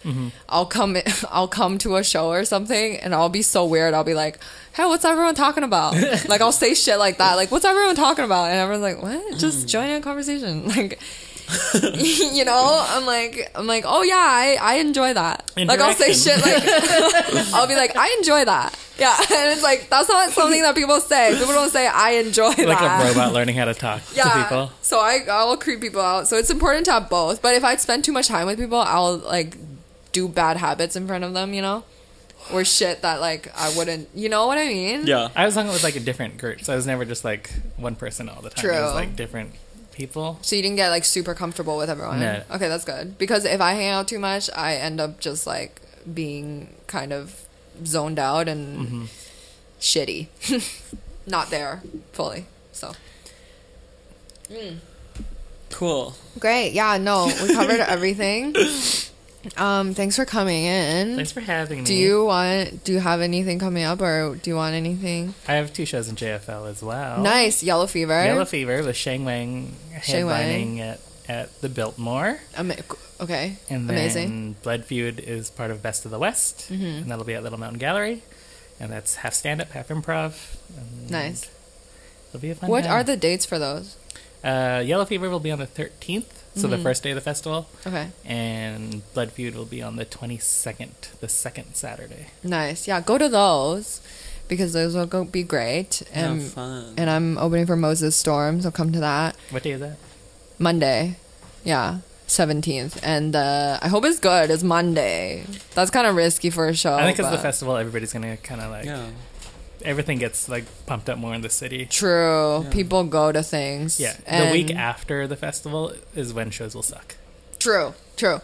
I'll come. I'll come to a show or something, and I'll be so weird. I'll be like, "Hey, what's everyone talking about?" like I'll say shit like that. Like, "What's everyone talking about?" And everyone's like, "What? Just join a conversation." Like. you know, I'm like, I'm like, oh yeah, I, I enjoy that. Like I'll say shit Interaction. like, I'll be like, I enjoy that. Yeah, and it's like that's not something that people say. People don't say I enjoy like that. a robot learning how to talk to people. So I I will creep people out. So it's important to have both. But if I spend too much time with people, I'll like do bad habits in front of them. You know, or shit that like I wouldn't. You know what I mean? Yeah. I was hung out with like a different group, so I was never just like one person all the time. It was True. Mm-hmm. like different people. So you didn't get like super comfortable with everyone. No. Okay, that's good. Because if I hang out too much, I end up just like being kind of zoned out and Mm-hmm. shitty. Not there fully. So Cool. Great. Yeah, no, we covered everything. Um, thanks for coming in. Thanks for having me. do you want? Do you have anything coming up, or do you want anything? I have two shows in JFL as well. Nice, Yellow Fever. Yellow Fever with Shang Wang Shang Wang. headlining at, at the Biltmore. Ama- okay, And then amazing. Mm-hmm. Blood Feud is part of Best of the West, and that'll be at Little Mountain Gallery. And that's half stand up, half improv. and Nice. It'll be a fun What time. are the dates for those? Uh, Yellow Fever will be on the 13th, so the first day of the festival. Mm-hmm. Okay, And Blood Feud will be on the 22nd, the second Saturday. nice. Yeah, go to those because those will go be great. Um, And Have fun. and I'm opening for Moses Storm, so come to that What day is that? Monday. Yeah. 17th and uh, I hope it's good. It's Monday. That's kind of risky for a show. I think it's the Oh, but- festival. Everybody's going to kind of like, yeah. everything gets like pumped up more in the city. True. People go to things. Yeah. And- the week after the festival is when shows will suck. True. True.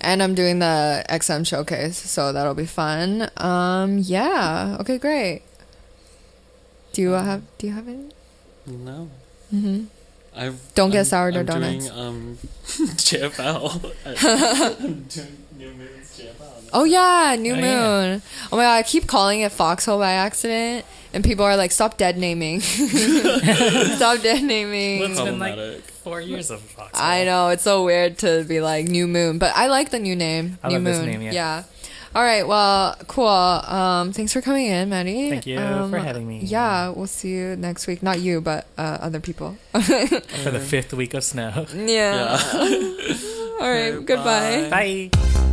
And I'm doing the XM showcase, so that'll be fun. Um, yeah. Okay, great. Do Uh-huh. you have Do you have any? No. Mm-hmm. I've, Don't get I'm- sourdough I'm donuts. Doing, um, JFL. I'm doing New Moon's JFL. Oh yeah, New Oh, Moon. yeah. Oh my god, I keep calling it Foxhole by accident, and people are like, "Stop dead naming. Stop dead naming." Well, it's been like Problematic. four years of Fox. I know it's so weird to be like New Moon, but I like the new name. I new love Moon. this name, yeah. All right. Well, cool. Um, thanks for coming in, Maddie. Thank you Um, for having me. Yeah, we'll see you next week. Not you, but uh, other people. Mm. For the fifth week of snow. yeah. uh, Yeah. All right. Goodbye. Bye.